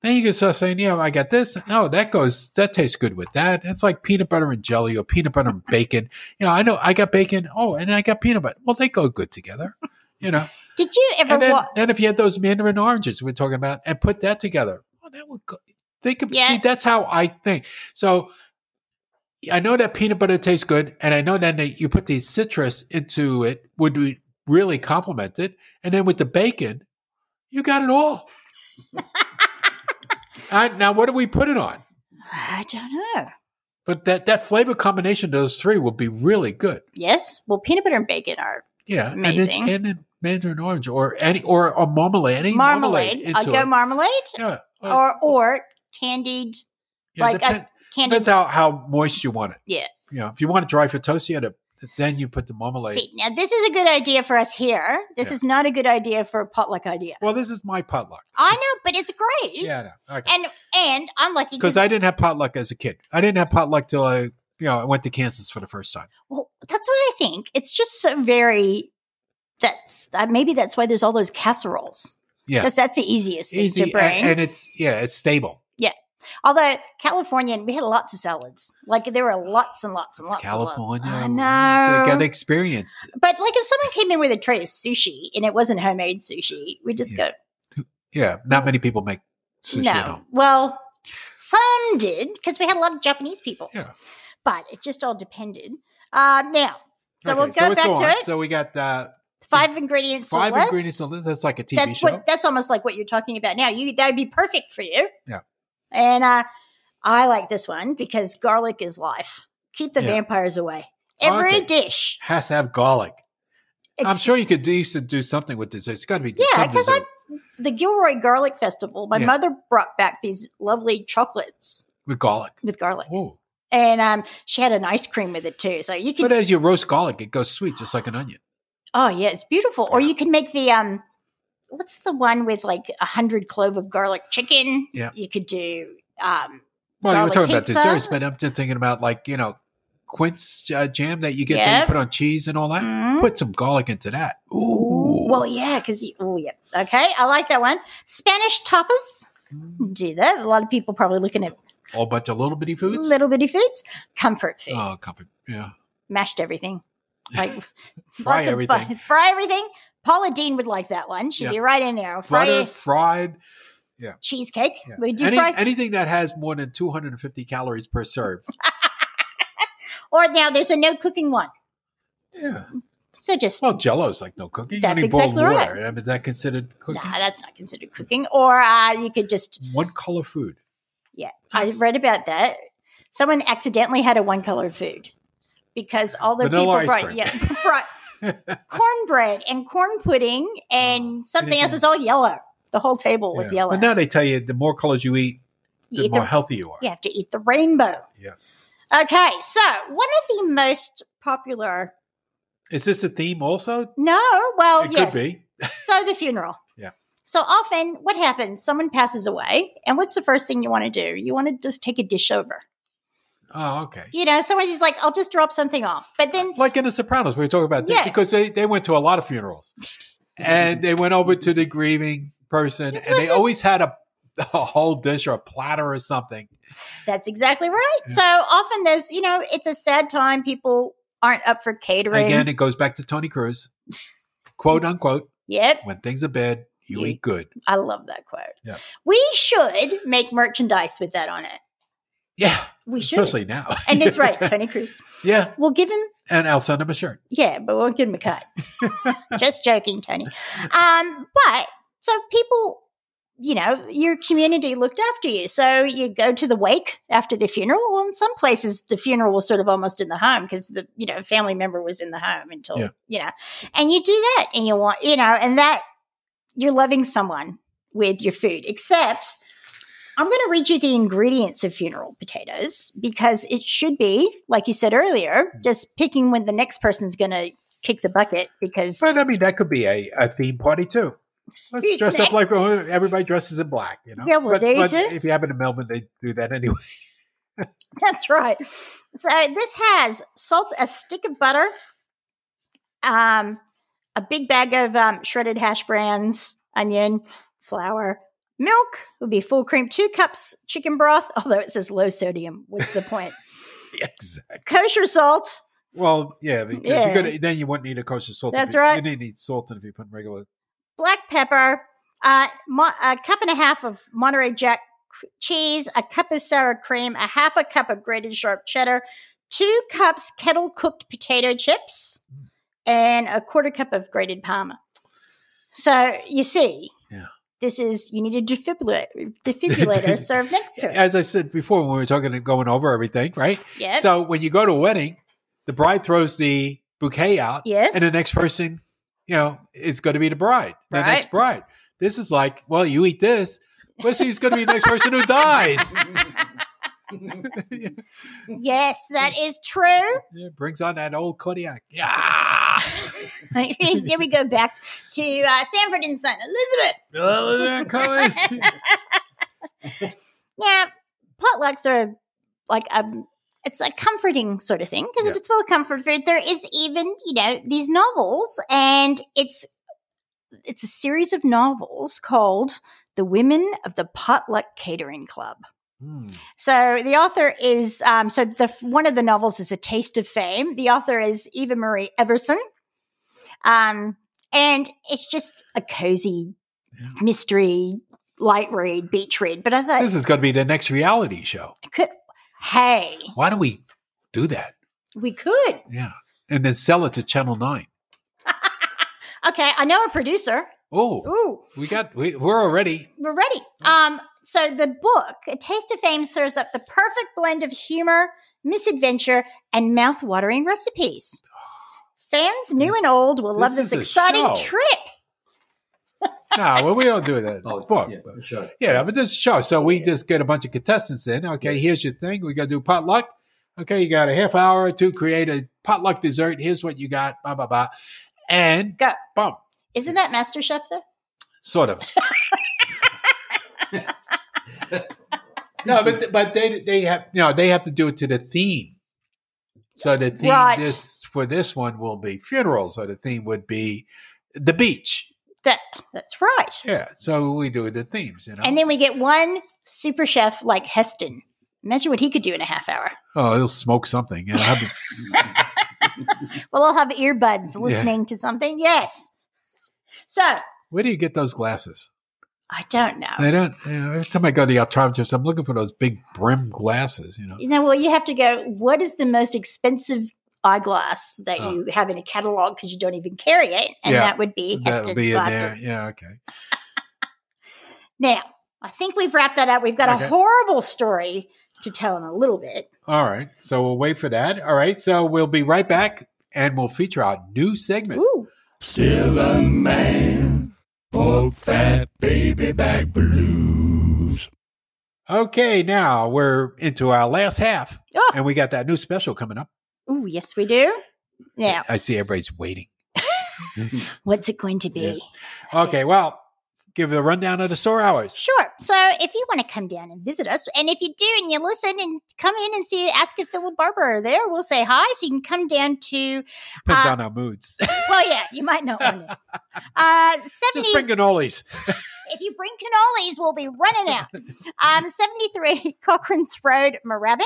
B: then you can start saying, "Yeah, I got this. No, that goes. That tastes good with that." It's like peanut butter and jelly, or peanut butter and bacon. You know, I know I got bacon. Oh, and I got peanut butter. Well, they go good together. You know,
A: Did you ever
B: and then,
A: watch?
B: then if you had those mandarin oranges we're talking about, and put that together, well, that would go. They could
A: Yeah.
B: see. That's how I think. So I know that peanut butter tastes good, and I know then that you put the citrus into it would be really complement it, and then with the bacon, you got it all. I, now, what do we put it on?
A: I don't know.
B: But that that flavor combination of those three would be really good.
A: Yes. Well, peanut butter and bacon are
B: Yeah,
A: Amazing.
B: and it's and then mandarin orange or any or a marmalade, any marmalade,
A: marmalade. I'll
B: into
A: go
B: it.
A: marmalade
B: yeah, well,
A: or or candied
B: Yeah,
A: Like,
B: depen-
A: candied.
B: depends how how moist you want it.
A: Yeah.
B: You know, if you want it dry for toast, you had to then you put the marmalade.
A: See, now this is a good idea for us here. This
B: Yeah.
A: is not a good idea for a potluck idea.
B: Well, this is my potluck.
A: I know, but it's great.
B: Yeah, I know. Okay.
A: And and I'm lucky
B: Because I didn't have potluck as a kid. I didn't have potluck till I, you know, I went to Kansas for the first time.
A: Well, that's what I think. It's just so very. That's uh, maybe that's why there's all those casseroles.
B: Yeah.
A: because that's the easiest thing to
B: Easy, a-
A: bring.
B: and, it's yeah, it's stable.
A: Although Californian, we had lots of salads. Like there were lots and lots and
B: It's
A: lots. and lots.
B: California. mm,
A: I
B: They got
A: know.
B: the experience.
A: But like if someone came in with a tray of sushi and it wasn't homemade sushi, we just
B: Yeah. Yeah, not many people make
A: go
B: sushi
A: no.
B: at home.
A: Well, some did because we had a lot of Japanese people.
B: Yeah.
A: but it just all depended. Uh, now, so
B: Okay,
A: we'll go
B: let's
A: back to
B: on.
A: it.
B: So we got uh,
A: Five ingredients. or
B: five
A: less.
B: ingredients. on this. That's like a TV
A: that's
B: show.
A: what that's almost like what you're talking about now. You that'd be perfect for you.
B: Yeah.
A: And uh, I like this one because garlic is life. Keep the
B: Yeah.
A: vampires away. Every
B: Okay.
A: dish.
B: Has to have garlic. I'm
A: It's-
B: sure you could do, you should do something with desserts. It's got to be
A: Yeah,
B: some
A: 'cause I-
B: dessert.
A: the Gilroy Garlic Festival. My
B: Yeah.
A: mother brought back these lovely chocolates
B: with garlic.
A: with garlic,
B: Oh,
A: and um, she had an ice cream with it too. So you can,
B: but as you roast garlic, it goes sweet, just like an onion.
A: oh yeah, it's beautiful. Or you can make the um, what's the one with like a hundred clove of garlic chicken?
B: Yeah.
A: you could do um,
B: Well, you were
A: Garlic
B: talking about
A: pizza.
B: desserts, but I'm just thinking about like you know, quince uh, jam that you get that you
A: Yep.
B: put on cheese and all that.
A: mm,
B: Put some garlic into that. Ooh,
A: well yeah, because oh yeah, okay, I like that one. Spanish tapas. Do that. A lot of people probably looking at
B: all bunch of little bitty foods.
A: little bitty foods, comfort food,
B: oh, comfort. Yeah,
A: mashed everything, like
B: fry
A: Lots of
B: everything.
A: bun- fry everything. Paula Dean would like that one. She'd
B: Yeah.
A: be right in there. Fry
B: Butter, fried.
A: cheesecake.
B: Yeah.
A: We do
B: Any-
A: fry.
B: anything that has more than 250 calories per serve.
A: or now there's a no cooking one.
B: yeah.
A: So just
B: Well, Jello's like no cooking. You
A: That's
B: only boil
A: exactly
B: water.
A: right.
B: I mean, is that considered
A: nah,
B: cooking?
A: that's not considered cooking. Or uh, you could just.
B: One color food.
A: I read about that. Someone accidentally had a one color food because all the
B: Vanilla ice
A: people brought
B: cream.
A: yeah brought cornbread and corn pudding and something else
B: anything.
A: was all yellow. The whole table was
B: Yeah.
A: yellow.
B: But now they tell you the more colors you eat,
A: you,
B: the
A: eat
B: more
A: the,
B: healthy you are.
A: you have to eat the rainbow.
B: Yes.
A: Okay, so one of the most popular
B: Is this a theme also?
A: No, well,
B: it
A: Oh, yes.
B: could be.
A: So the funeral.
B: Yeah.
A: So often, what happens? Someone passes away, and what's the first thing you want to do? You want to just take a dish over.
B: Oh, okay.
A: You know, someone's just like, "I'll just drop something off," but then
B: Like in The Sopranos, we were talking about this
A: Yeah.
B: because they, they went to a lot of funerals and they went over to the grieving person
A: This
B: and
A: was
B: they
A: this-
B: always had a, a whole dish or a platter or something.
A: that's exactly right. So often, there's you know, it's a sad time. People aren't up for catering.
B: Again, it goes back to Tony Cruz, quote unquote,
A: Yep,
B: when things are bad, you
A: Yeah.
B: eat good.
A: I love that quote.
B: Yeah.
A: We should make merchandise with that on it.
B: Yeah.
A: We should.
B: Especially now.
A: And it's right, Tony Cruz.
B: yeah.
A: We'll give him
B: And I'll send him a shirt.
A: Yeah, but we'll give him a cut. Just joking, Tony. Um, but so people, you know, your community looked after you. So you go to the wake after the funeral. Well, in some places, the funeral was sort of almost in the home because the you know family member was in the home until
B: Yeah.
A: you know, and you do that, and you want you know, and that you're loving someone with your food, except. I'm going to read you the ingredients of funeral potatoes because it should be, like you said
B: Mm.
A: earlier, just picking when the next person's going to kick the bucket because
B: But I mean, that could be a, a theme party too. Let's
A: Who's
B: dress up
A: next?
B: like everybody dresses in black, you know?
A: Yeah, well,
B: but,
A: there you
B: but
A: do.
B: if you happen to Melbourne, they do that anyway.
A: that's right. So uh, this has salt, a stick of butter, um, a big bag of um, shredded hash browns, onion, flour, milk would be full cream, two cups chicken broth, although it says low sodium. What's the point?
B: exactly.
A: Kosher salt.
B: Well, yeah, because
A: Yeah.
B: You're gonna, then you wouldn't need a kosher salt. if
A: That's
B: you,
A: right.
B: You didn't need salt if you put regular.
A: black pepper, uh, mo- a cup and a half of Monterey Jack cr- cheese, a cup of sour cream, a half a cup of grated sharp cheddar, two cups kettle cooked potato chips,
B: Mm.
A: and a quarter cup of grated parma. So you see,
B: Yeah.
A: this is you need a defibrillator, defibrillator served next to it.
B: As I said before, when we were talking and going over everything, right?
A: Yep.
B: So when you go to a wedding, the bride throws the bouquet out,
A: yes.
B: and the next person, you know, is going to be the bride, the
A: Right.
B: next bride. This is like, well, you eat this. Well, see, it's going to be the next person who dies.
A: yes, that is true.
B: Yeah, brings on that old Kodiak. Yeah.
A: then we go back to uh, Sanford and Son. Elizabeth,
B: Oh, they're coming.
A: Yeah, potlucks are like um, it's a comforting sort of thing because
B: Yeah.
A: it's well comfort food. There is even you know these novels, and it's it's a series of novels called "The Women of the Potluck Catering Club."
B: Hmm.
A: So the author is um, so the one of the novels is a taste of fame. The author is Eva Marie Everson, um, and it's just a cozy
B: Yeah.
A: mystery light read, beach read. But I thought
B: This is going to be the next reality show.
A: could hey
B: Why do we do that?
A: we could
B: Yeah. And then sell it to Channel 9.
A: okay i know a producer
B: Oh,
A: ooh
B: we got, we, we're already.
A: we're ready um so the book a taste of fame serves up the perfect blend of humor misadventure, and mouth-watering recipes. Fans new and old will love this
B: This is a
A: exciting
B: show.
A: trip.
B: no, well, we don't do that.
C: Oh,
B: Book.
C: yeah, for sure.
B: Yeah, but this is a show. So we just get a bunch of contestants in. Okay, here's your thing. We got to do potluck. Okay, you got a half hour to create a potluck dessert. Here's what you got. Blah, blah, blah. And
A: Go.
B: bum,
A: Isn't that MasterChef though?
B: sort of. no, but but they they have you know, they have to do it to the theme. So the theme
A: Right.
B: this for this one will be funerals. So the theme would be the beach.
A: That that's right.
B: Yeah. So we do the themes, you know.
A: And then we get one super chef like Heston. Imagine what he could do in a half hour.
B: oh, he'll smoke something. You know, have
A: Well, I'll have earbuds
B: Yeah.
A: listening to something. Yes. So
B: Where do you get those glasses?
A: I don't know.
B: I don't. You know, every time I go to the optometrist, I'm looking for those big brim glasses. You know.
A: You know, well, you have to go, what is the most expensive eyeglass that
B: Oh.
A: you have in a catalog because you don't even carry it? And
B: Yeah.
A: that would be
B: That
A: Heston's
B: would be in there.
A: glasses.
B: Yeah. Okay.
A: Now, I think we've wrapped that up. We've got
B: Okay.
A: a horrible story to tell in a little bit.
B: All right. So we'll wait for that. All right. So we'll be right back, and we'll feature our new segment.
A: Ooh.
D: Still a man. Poor fat baby back blues.
B: Okay. Now we're into our last half,
A: Oh.
B: and we got that new special coming up.
A: Ooh, yes, we do. Now,
B: I see everybody's waiting.
A: what's it going to be?
B: Yeah. Okay. Well, give a rundown of the store hours.
A: Sure. So if you want to come down and visit us, and if you do and you listen and come in and see, ask if Phil and Barbara are there, we'll say hi. So you can come down to,
B: Depends
A: Uh,
B: on our moods.
A: well, yeah, you might not want to. Uh, 70,
B: Just bring cannolis.
A: if you bring cannolis, we'll be running out. Um, 73 Cochrane's Road, Moorabbin.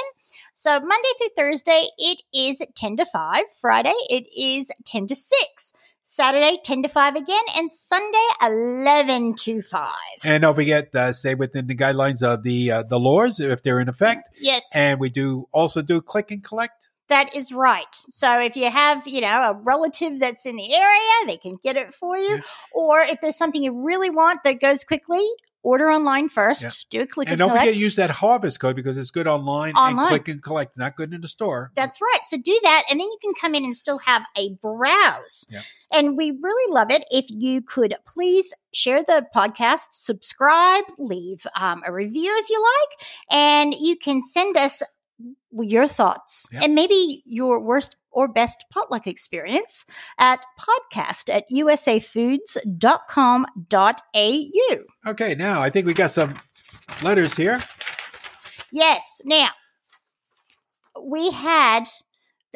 A: So Monday through Thursday, it is 10 to 5. Friday, it is 10 to 6. Saturday, 10 to 5 again. And Sunday, 11 to 5.
B: And don't forget, uh, stay within the guidelines of the uh, the laws if they're in effect.
A: yes.
B: And we do also do click and collect.
A: That is right. So if you have, you know, a relative that's in the area, they can get it for you.
B: Yeah.
A: Or if there's something you really want that goes quickly, order online first. Do a click
B: and
A: and,
B: don't
A: collect.
B: forget, use that harvest code because it's good online,
A: Online.
B: and click and collect. Not good in the store.
A: that's right. So do that, and then you can come in and still have a browse.
B: Yeah.
A: And we really love it if you could please share the podcast, subscribe, leave um, a review if you like, and you can send us your thoughts
B: Yeah.
A: and maybe your worst or best potluck experience at podcast at usafoods.com.au.
B: Okay, now I think we got some letters here.
A: Yes. Now we had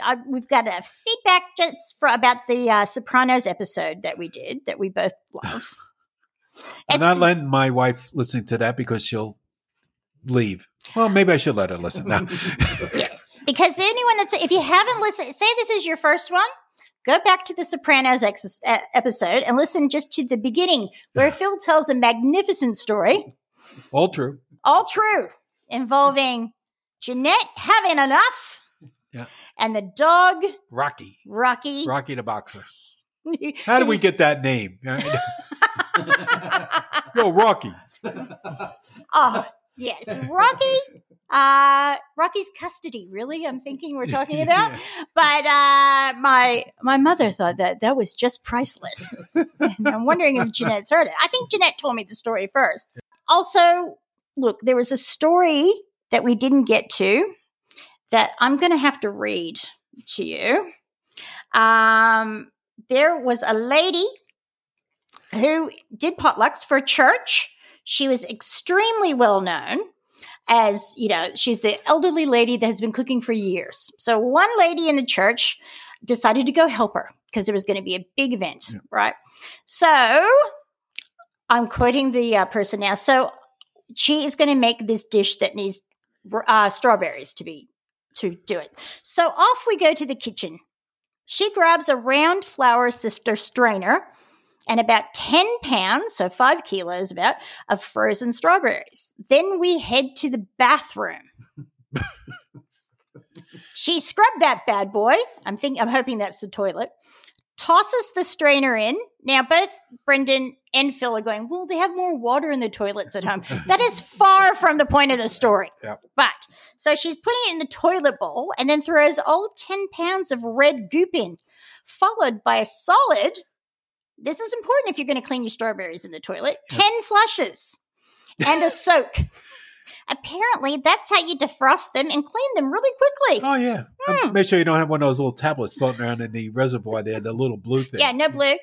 A: uh, we've got a feedback just for about the uh, Sopranos episode that we did that we both love.
B: I'm
A: It's-
B: not letting my wife listen to that because she'll leave. Well, maybe I should let her listen now.
A: yes, because anyone that's if you haven't listened, say this is your first one. Go back to the Sopranos ex- uh, episode and listen just to the beginning where Phil tells a magnificent story,
B: All true.
A: all true, involving Jeanette having enough
B: Yeah.
A: and the dog
B: Rocky.
A: Rocky.
B: Rocky the boxer. How did we get that name? Yo, Rocky.
A: Oh, yes. Rocky. Uh, Rocky's custody, really? I'm thinking we're talking about. But uh, my my mother thought that that was just priceless. and I'm wondering if Jeanette's heard it. I think Jeanette told me the story first. Also, look, there was a story that we didn't get to that I'm going to have to read to you. Um, there was a lady who did potlucks for church. She was extremely well known as, you know, she's the elderly lady that has been cooking for years. So one lady in the church decided to go help her because there was going to be a big event,
B: Yeah.
A: right? So I'm quoting the uh, person now. So she is going to make this dish that needs uh, strawberries to be to do it. So off we go to the kitchen. She grabs a round flour sifter strainer and about 10 pounds, so five kilos about, of frozen strawberries. Then we head to the bathroom. she scrubbed that bad boy. I'm think I'm hoping that's the toilet. Tosses the strainer in. Now both Brendan and Phil are going, well, they have more water in the toilets at home. That is far from the point of the story.
B: Yep.
A: But So she's putting it in the toilet bowl and then throws all 10 pounds of red goop in, followed by a solid, this is important if you're going to clean your strawberries in the toilet, 10 flushes and a soak. Apparently, that's how you defrost them and clean them really quickly.
B: Oh yeah.
A: Hmm.
B: Um, Make sure you don't have one of those little tablets floating around in the reservoir there, the little blue thing.
A: Yeah, no blue.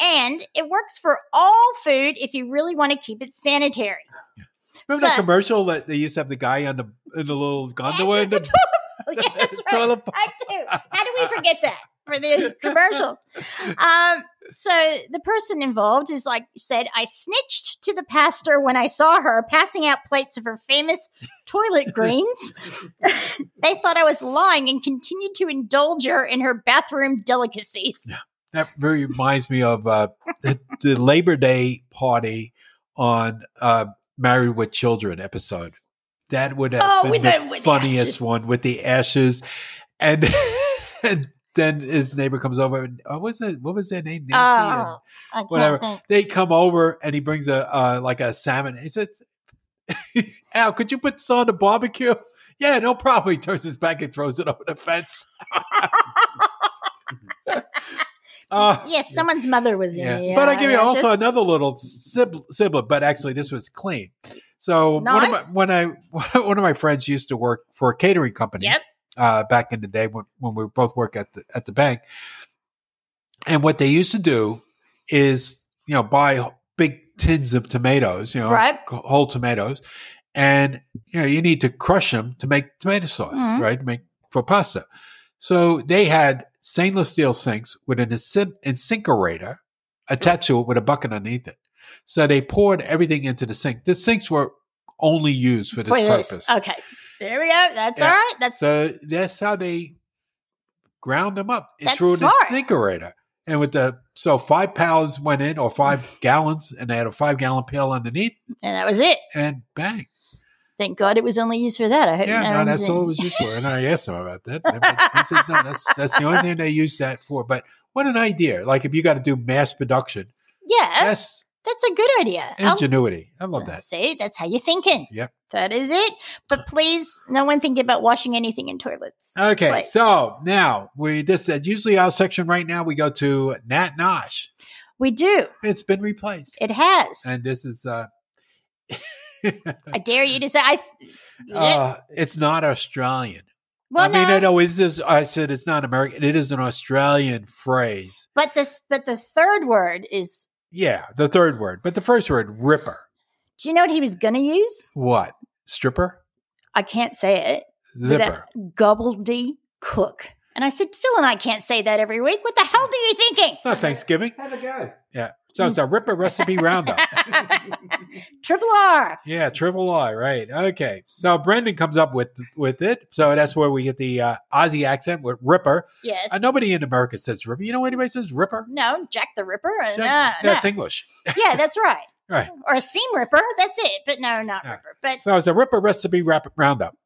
A: And it works for all food if you really want to keep it sanitary.
B: Remember that
A: So-
B: commercial that they used to have the guy on the in the little gondola in
A: the
B: the
A: toilet. Yeah, that's right.
B: toilet bowl?
A: I do. How do we forget that for the commercials? Um, so the person involved is like said, I snitched to the pastor when I saw her passing out plates of her famous toilet greens. they thought I was lying and continued to indulge her in her bathroom delicacies.
B: That very reminds me of uh, the, the Labor Day party on uh, Married with Children episode. That would have
A: Oh,
B: been
A: with
B: the,
A: the- with the
B: funniest
A: ashes.
B: one with the ashes, and, and then his neighbor comes over. And, oh, what was it? What was their name? Nancy. and-
A: Oh, I can't
B: whatever.
A: think.
B: they come over and he brings a uh, like a salmon. He says, "Al, could you put this on the barbecue?" Yeah, no problem. He turns his back and throws it over the fence. Uh,
A: Yes, someone's mother was in
B: yeah.
A: it.
B: but I give you
A: Yeah,
B: also
A: just-
B: another little sib- sibling. But actually, this was clean. So
A: Nice.
B: one of my, when I one of my friends used to work for a catering company
A: Yep.
B: uh, back in the day when, when we both work at the at the bank. And what they used to do is, you know, buy big tins of tomatoes, you know,
A: Right.
B: whole tomatoes, and you know you need to crush them to make tomato sauce,
A: Mhm.
B: right? Make for pasta. So they had stainless steel sinks with an insin- incinerator attached to it with a bucket underneath it. So they poured everything into the sink. The sinks were only used for this
A: for this.
B: purpose.
A: Okay. There we go. That's
B: Yeah.
A: all right. That's
B: So that's how they ground them up It
A: That's
B: through an
A: smart.
B: incinerator. And with the so five pounds went in or five gallons, and they had a five gallon pail underneath,
A: and that was it.
B: and bang!
A: Thank God it was only used for that. I hope no
B: Yeah, no,
A: one's
B: that's all it
A: in-
B: was used for. And I asked them about that. They said, no, that's that's the only thing they use that for. But what an idea! Like if you got to do mass production,
A: Yeah,
B: that's
A: that's a good idea. I'll-
B: ingenuity. I love that.
A: See, that's how you're thinking.
B: Yep.
A: That is it. But please, no one think about washing anything in toilets.
B: Okay,
A: Please.
B: so now we this that usually our section right now we go to Nat Nosh.
A: we do.
B: It's been replaced.
A: It has.
B: and uh, this is uh,
A: I dare you to say, I. s-
B: uh it's not Australian.
A: well,
B: I mean,
A: no,
B: I know it's just I said it's not American. It is an Australian phrase.
A: But this, but the third word is.
B: Yeah, the third word, but the first word, ripper.
A: Do you know what he was going to use?
B: What stripper?
A: I can't say it.
B: Zipper.
A: Gobbledy cook. And I said, Phil and I can't say that every week. What the hell do you thinking?
B: Not Thanksgiving.
C: Have a go.
B: So it's a ripper recipe roundup.
A: Triple R.
B: Yeah, triple R, right? Okay. So Brendan comes up with with it. So that's where we get the uh, Aussie accent with ripper.
A: Yes.
B: Uh, nobody in America says ripper. You know anybody says ripper?
A: No, Jack the Ripper. uh,
B: That-
A: no, no.
B: that's English.
A: Yeah, that's right.
B: Right.
A: Or a seam ripper. That's it. But no, not
B: Yeah.
A: ripper. But
B: So it's a ripper recipe wrap roundup.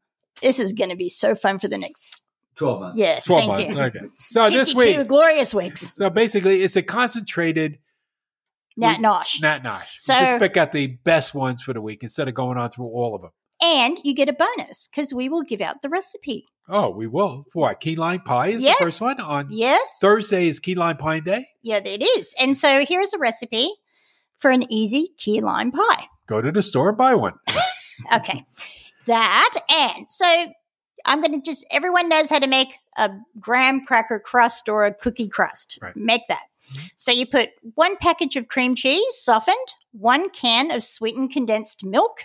A: this is going to be so fun for the next.
C: 12 months.
A: Yes,
B: 12
A: thank
B: months.
A: you.
B: Okay. So this
A: 52
B: week,
A: glorious weeks.
B: so basically, it's a concentrated
A: Nat
B: We-
A: Nosh.
B: nat nosh.
A: So-
B: So, just pick out the best ones for the week instead of going on through all of them.
A: And you get a bonus because we will give out the recipe.
B: Oh, we will. What? Key lime pie is
A: Yes.
B: the first one on
A: Yes.
B: Thursday is key lime pie day.
A: Yeah, it is. And so here's a recipe for an easy key lime pie.
B: Go to the store and buy one.
A: Okay. that and so I'm going to just everyone knows how to make a graham cracker crust or a cookie crust.
B: Right. Mm-hmm.
A: Make that. So you put one package of cream cheese softened, one can of sweetened condensed milk,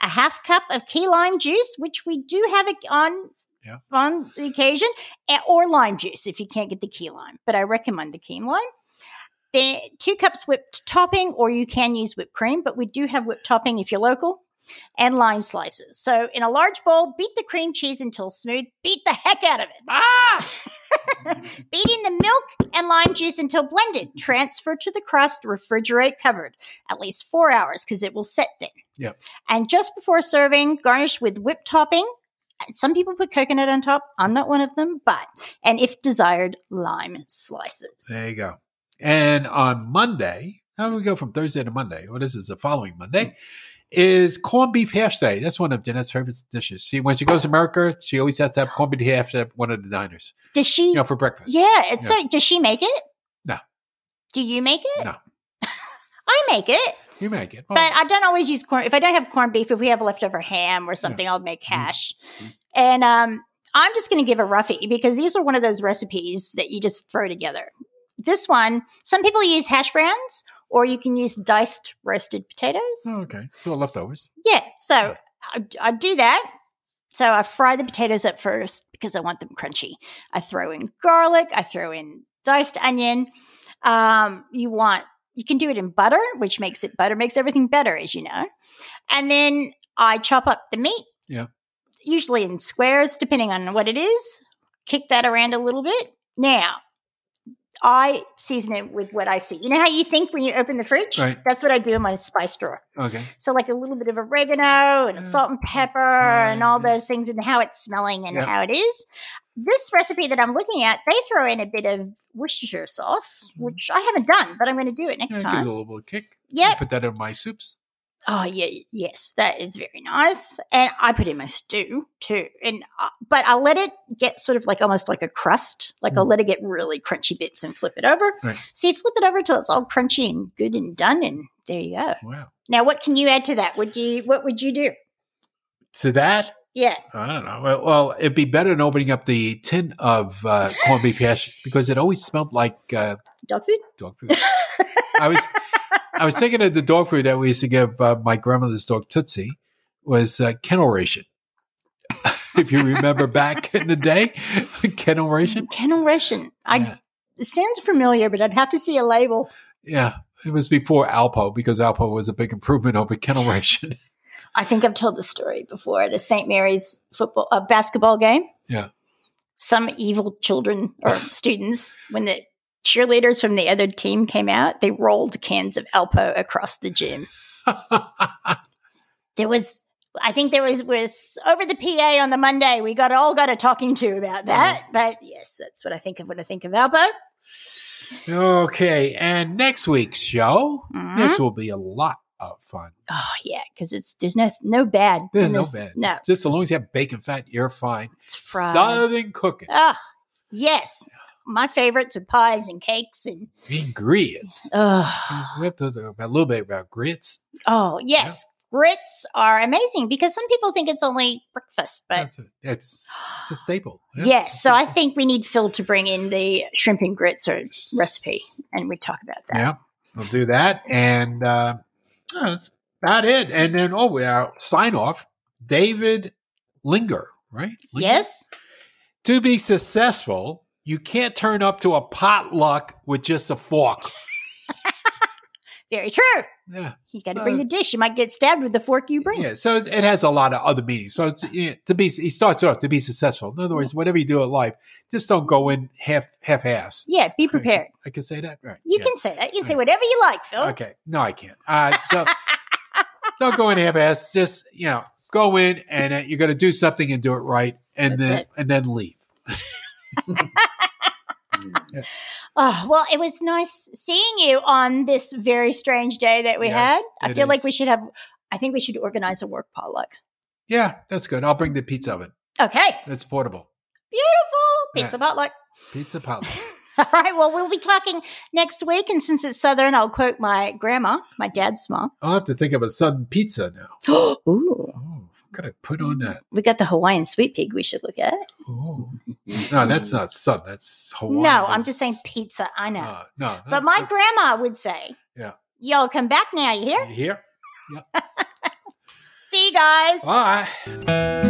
A: a half cup of key lime juice, which we do have it on
B: Yeah.
A: on the occasion, eh, or lime juice if you can't get the key lime, but I recommend the key lime. Then two cups whipped topping, or you can use whipped cream, but we do have whipped topping if you're local and lime slices. So in a large bowl, beat the cream cheese until smooth. Beat the heck out of it. Ah! Beat in the milk and lime juice until blended. Transfer to the crust, refrigerate covered at least four hours because it will set then.
B: Yep.
A: And just before serving, garnish with whipped topping. And Some people put coconut on top. I'm not one of them, but and if desired, lime slices.
B: There you go. And on Monday, how do we go from Thursday to Monday? Well, this is the following Monday. is corned beef hash day. That's one of Jeanette's favorite dishes. She when she goes to America, she always has to have corned beef hash at one of the diners.
A: Does she?
B: You know, for breakfast.
A: yeah. It's so. Does she make it?
B: No.
A: Do you make it?
B: No. Oh.
A: I make it,
B: You make it. Well,
A: but I don't always use corn. If I don't have corned beef, if we have leftover ham or something, I'll make
B: Mm-hmm.
A: hash. And um, I'm just going to give a roughie because these are one of those recipes that you just throw together. This one, some people use hash browns, or you can use diced roasted potatoes.
B: oh, okay. So leftovers.
A: Yeah. So I, I do that. So I fry the potatoes up first because I want them crunchy. I throw in garlic. I throw in diced onion. Um, you want you can do it in butter, which makes it butter makes everything better, as you know. And then I chop up the meat.
B: Yeah.
A: Usually in squares, depending on what it is. Kick that around a little bit. Now, I season it with what I see. You know how you think when you open the fridge?
B: Right.
A: That's what I do in my spice drawer.
B: Okay.
A: So like a little bit of oregano and
B: Yeah.
A: salt and pepper
B: Thyme,
A: and all
B: Mm, yeah.
A: those things and how it's smelling and
B: Yep.
A: how it is. This recipe that I'm looking at, they throw in a bit of Worcestershire sauce, which I haven't done, but I'm going to do it next
B: Mm. Yeah, give it
A: time.
B: a little bit of kick.
A: Yep.
B: Put that in my soups.
A: Oh yeah, yes, that is very nice. And I put in my stew too, and uh, but I let it get sort of like almost like a crust. Like I'll let it get really crunchy bits and flip it over.
B: Mm. Right.
A: So you flip it over till it's all crunchy and good and done, and there you go.
B: Wow.
A: Now, what can you add to that? Would you what would you do?
B: To that,
A: Yeah.
B: I don't know. Well, well, it'd be better than opening up the tin of uh, corned beef hash because it always smelled like uh,
A: dog food?
B: dog food. I was, I was thinking of the dog food that we used to give uh, my grandmother's dog Tootsie was uh, kennel ration. if you remember back in the day, kennel ration.
A: Kennel ration. I
B: Yeah.
A: it sounds familiar, but I'd have to see a label.
B: Yeah, it was before Alpo because Alpo was a big improvement over kennel ration.
A: I think I've told the story before at a St. Mary's football uh, basketball game.
B: Yeah.
A: Some evil children or students, when the cheerleaders from the other team came out, they rolled cans of Alpo across the gym. There was I think there was was over the PA on the Monday. We got all got a talking to about
B: Uh-huh.
A: that. But yes, that's what I think of when I think of Alpo.
B: okay, and next week's show,
A: Mhm.
B: this will be a lot of fun.
A: Oh yeah, because it's there's no no bad.
B: There's
A: in
B: no
A: this-
B: bad.
A: No,
B: Just as long as you have bacon fat, you're fine.
A: it's fried.
B: Southern cooking
A: Ah, yes. My favorites are pies and cakes and
B: ingredients.
A: oh,
B: We have to talk about- a little bit about grits.
A: oh yes, grits are amazing because some people think it's only breakfast, but
B: That's a, it's it's a staple. yeah.
A: yes. So I think we need Phil to bring in the shrimp and grits or recipe, and we talk about that.
B: Yeah, we'll do that, and uh, yeah, that's about it. And then oh, we are sign off. David Linger, right? Linger?
A: Yes,
B: To be successful, you can't turn up to a potluck with just a fork.
A: very true.
B: Yeah.
A: You got to
B: So-
A: bring the dish. You might get stabbed with the fork you bring.
B: Yeah, so it's- it has a lot of other meanings. So it's, yeah, to be, he starts off to be successful. In other words, whatever you do in life, just don't go in half half ass.
A: Yeah, be prepared.
B: I can say that, right?
A: You
B: yeah.
A: can say that. You can say whatever you like, Phil.
B: Okay, no, I can't. Uh, so don't go in half ass. Just you know, go in and uh, you're going to do something and do it right, and
A: That's
B: then
A: it.
B: and then leave.
A: Oh, well, it was nice seeing you on this very strange day that we
B: Yes,
A: had. I
B: it
A: feel like
B: is.
A: we should have, I think we should organize a work potluck.
B: Yeah, that's good. I'll bring the pizza oven.
A: Okay.
B: It's portable.
A: Beautiful. Pizza
B: Yeah.
A: potluck.
B: Pizza pot.
A: All right. Well, we'll be talking next week. And since it's Southern, I'll quote my grandma, my dad's mom.
B: I'll have to think of a sudden pizza now.
A: Ooh,
B: Oh, got to put on that.
A: we got the Hawaiian sweet pig we should look at.
B: Oh, no, that's not sudden. That's Hawaiian.
A: No, I'm
B: That's-
A: just saying pizza. I know.
B: Uh, no, no,
A: but my
B: no.
A: grandma would say,
B: Yeah.
A: Y'all come back now. You hear?
B: You hear?
A: See you guys.
B: Bye.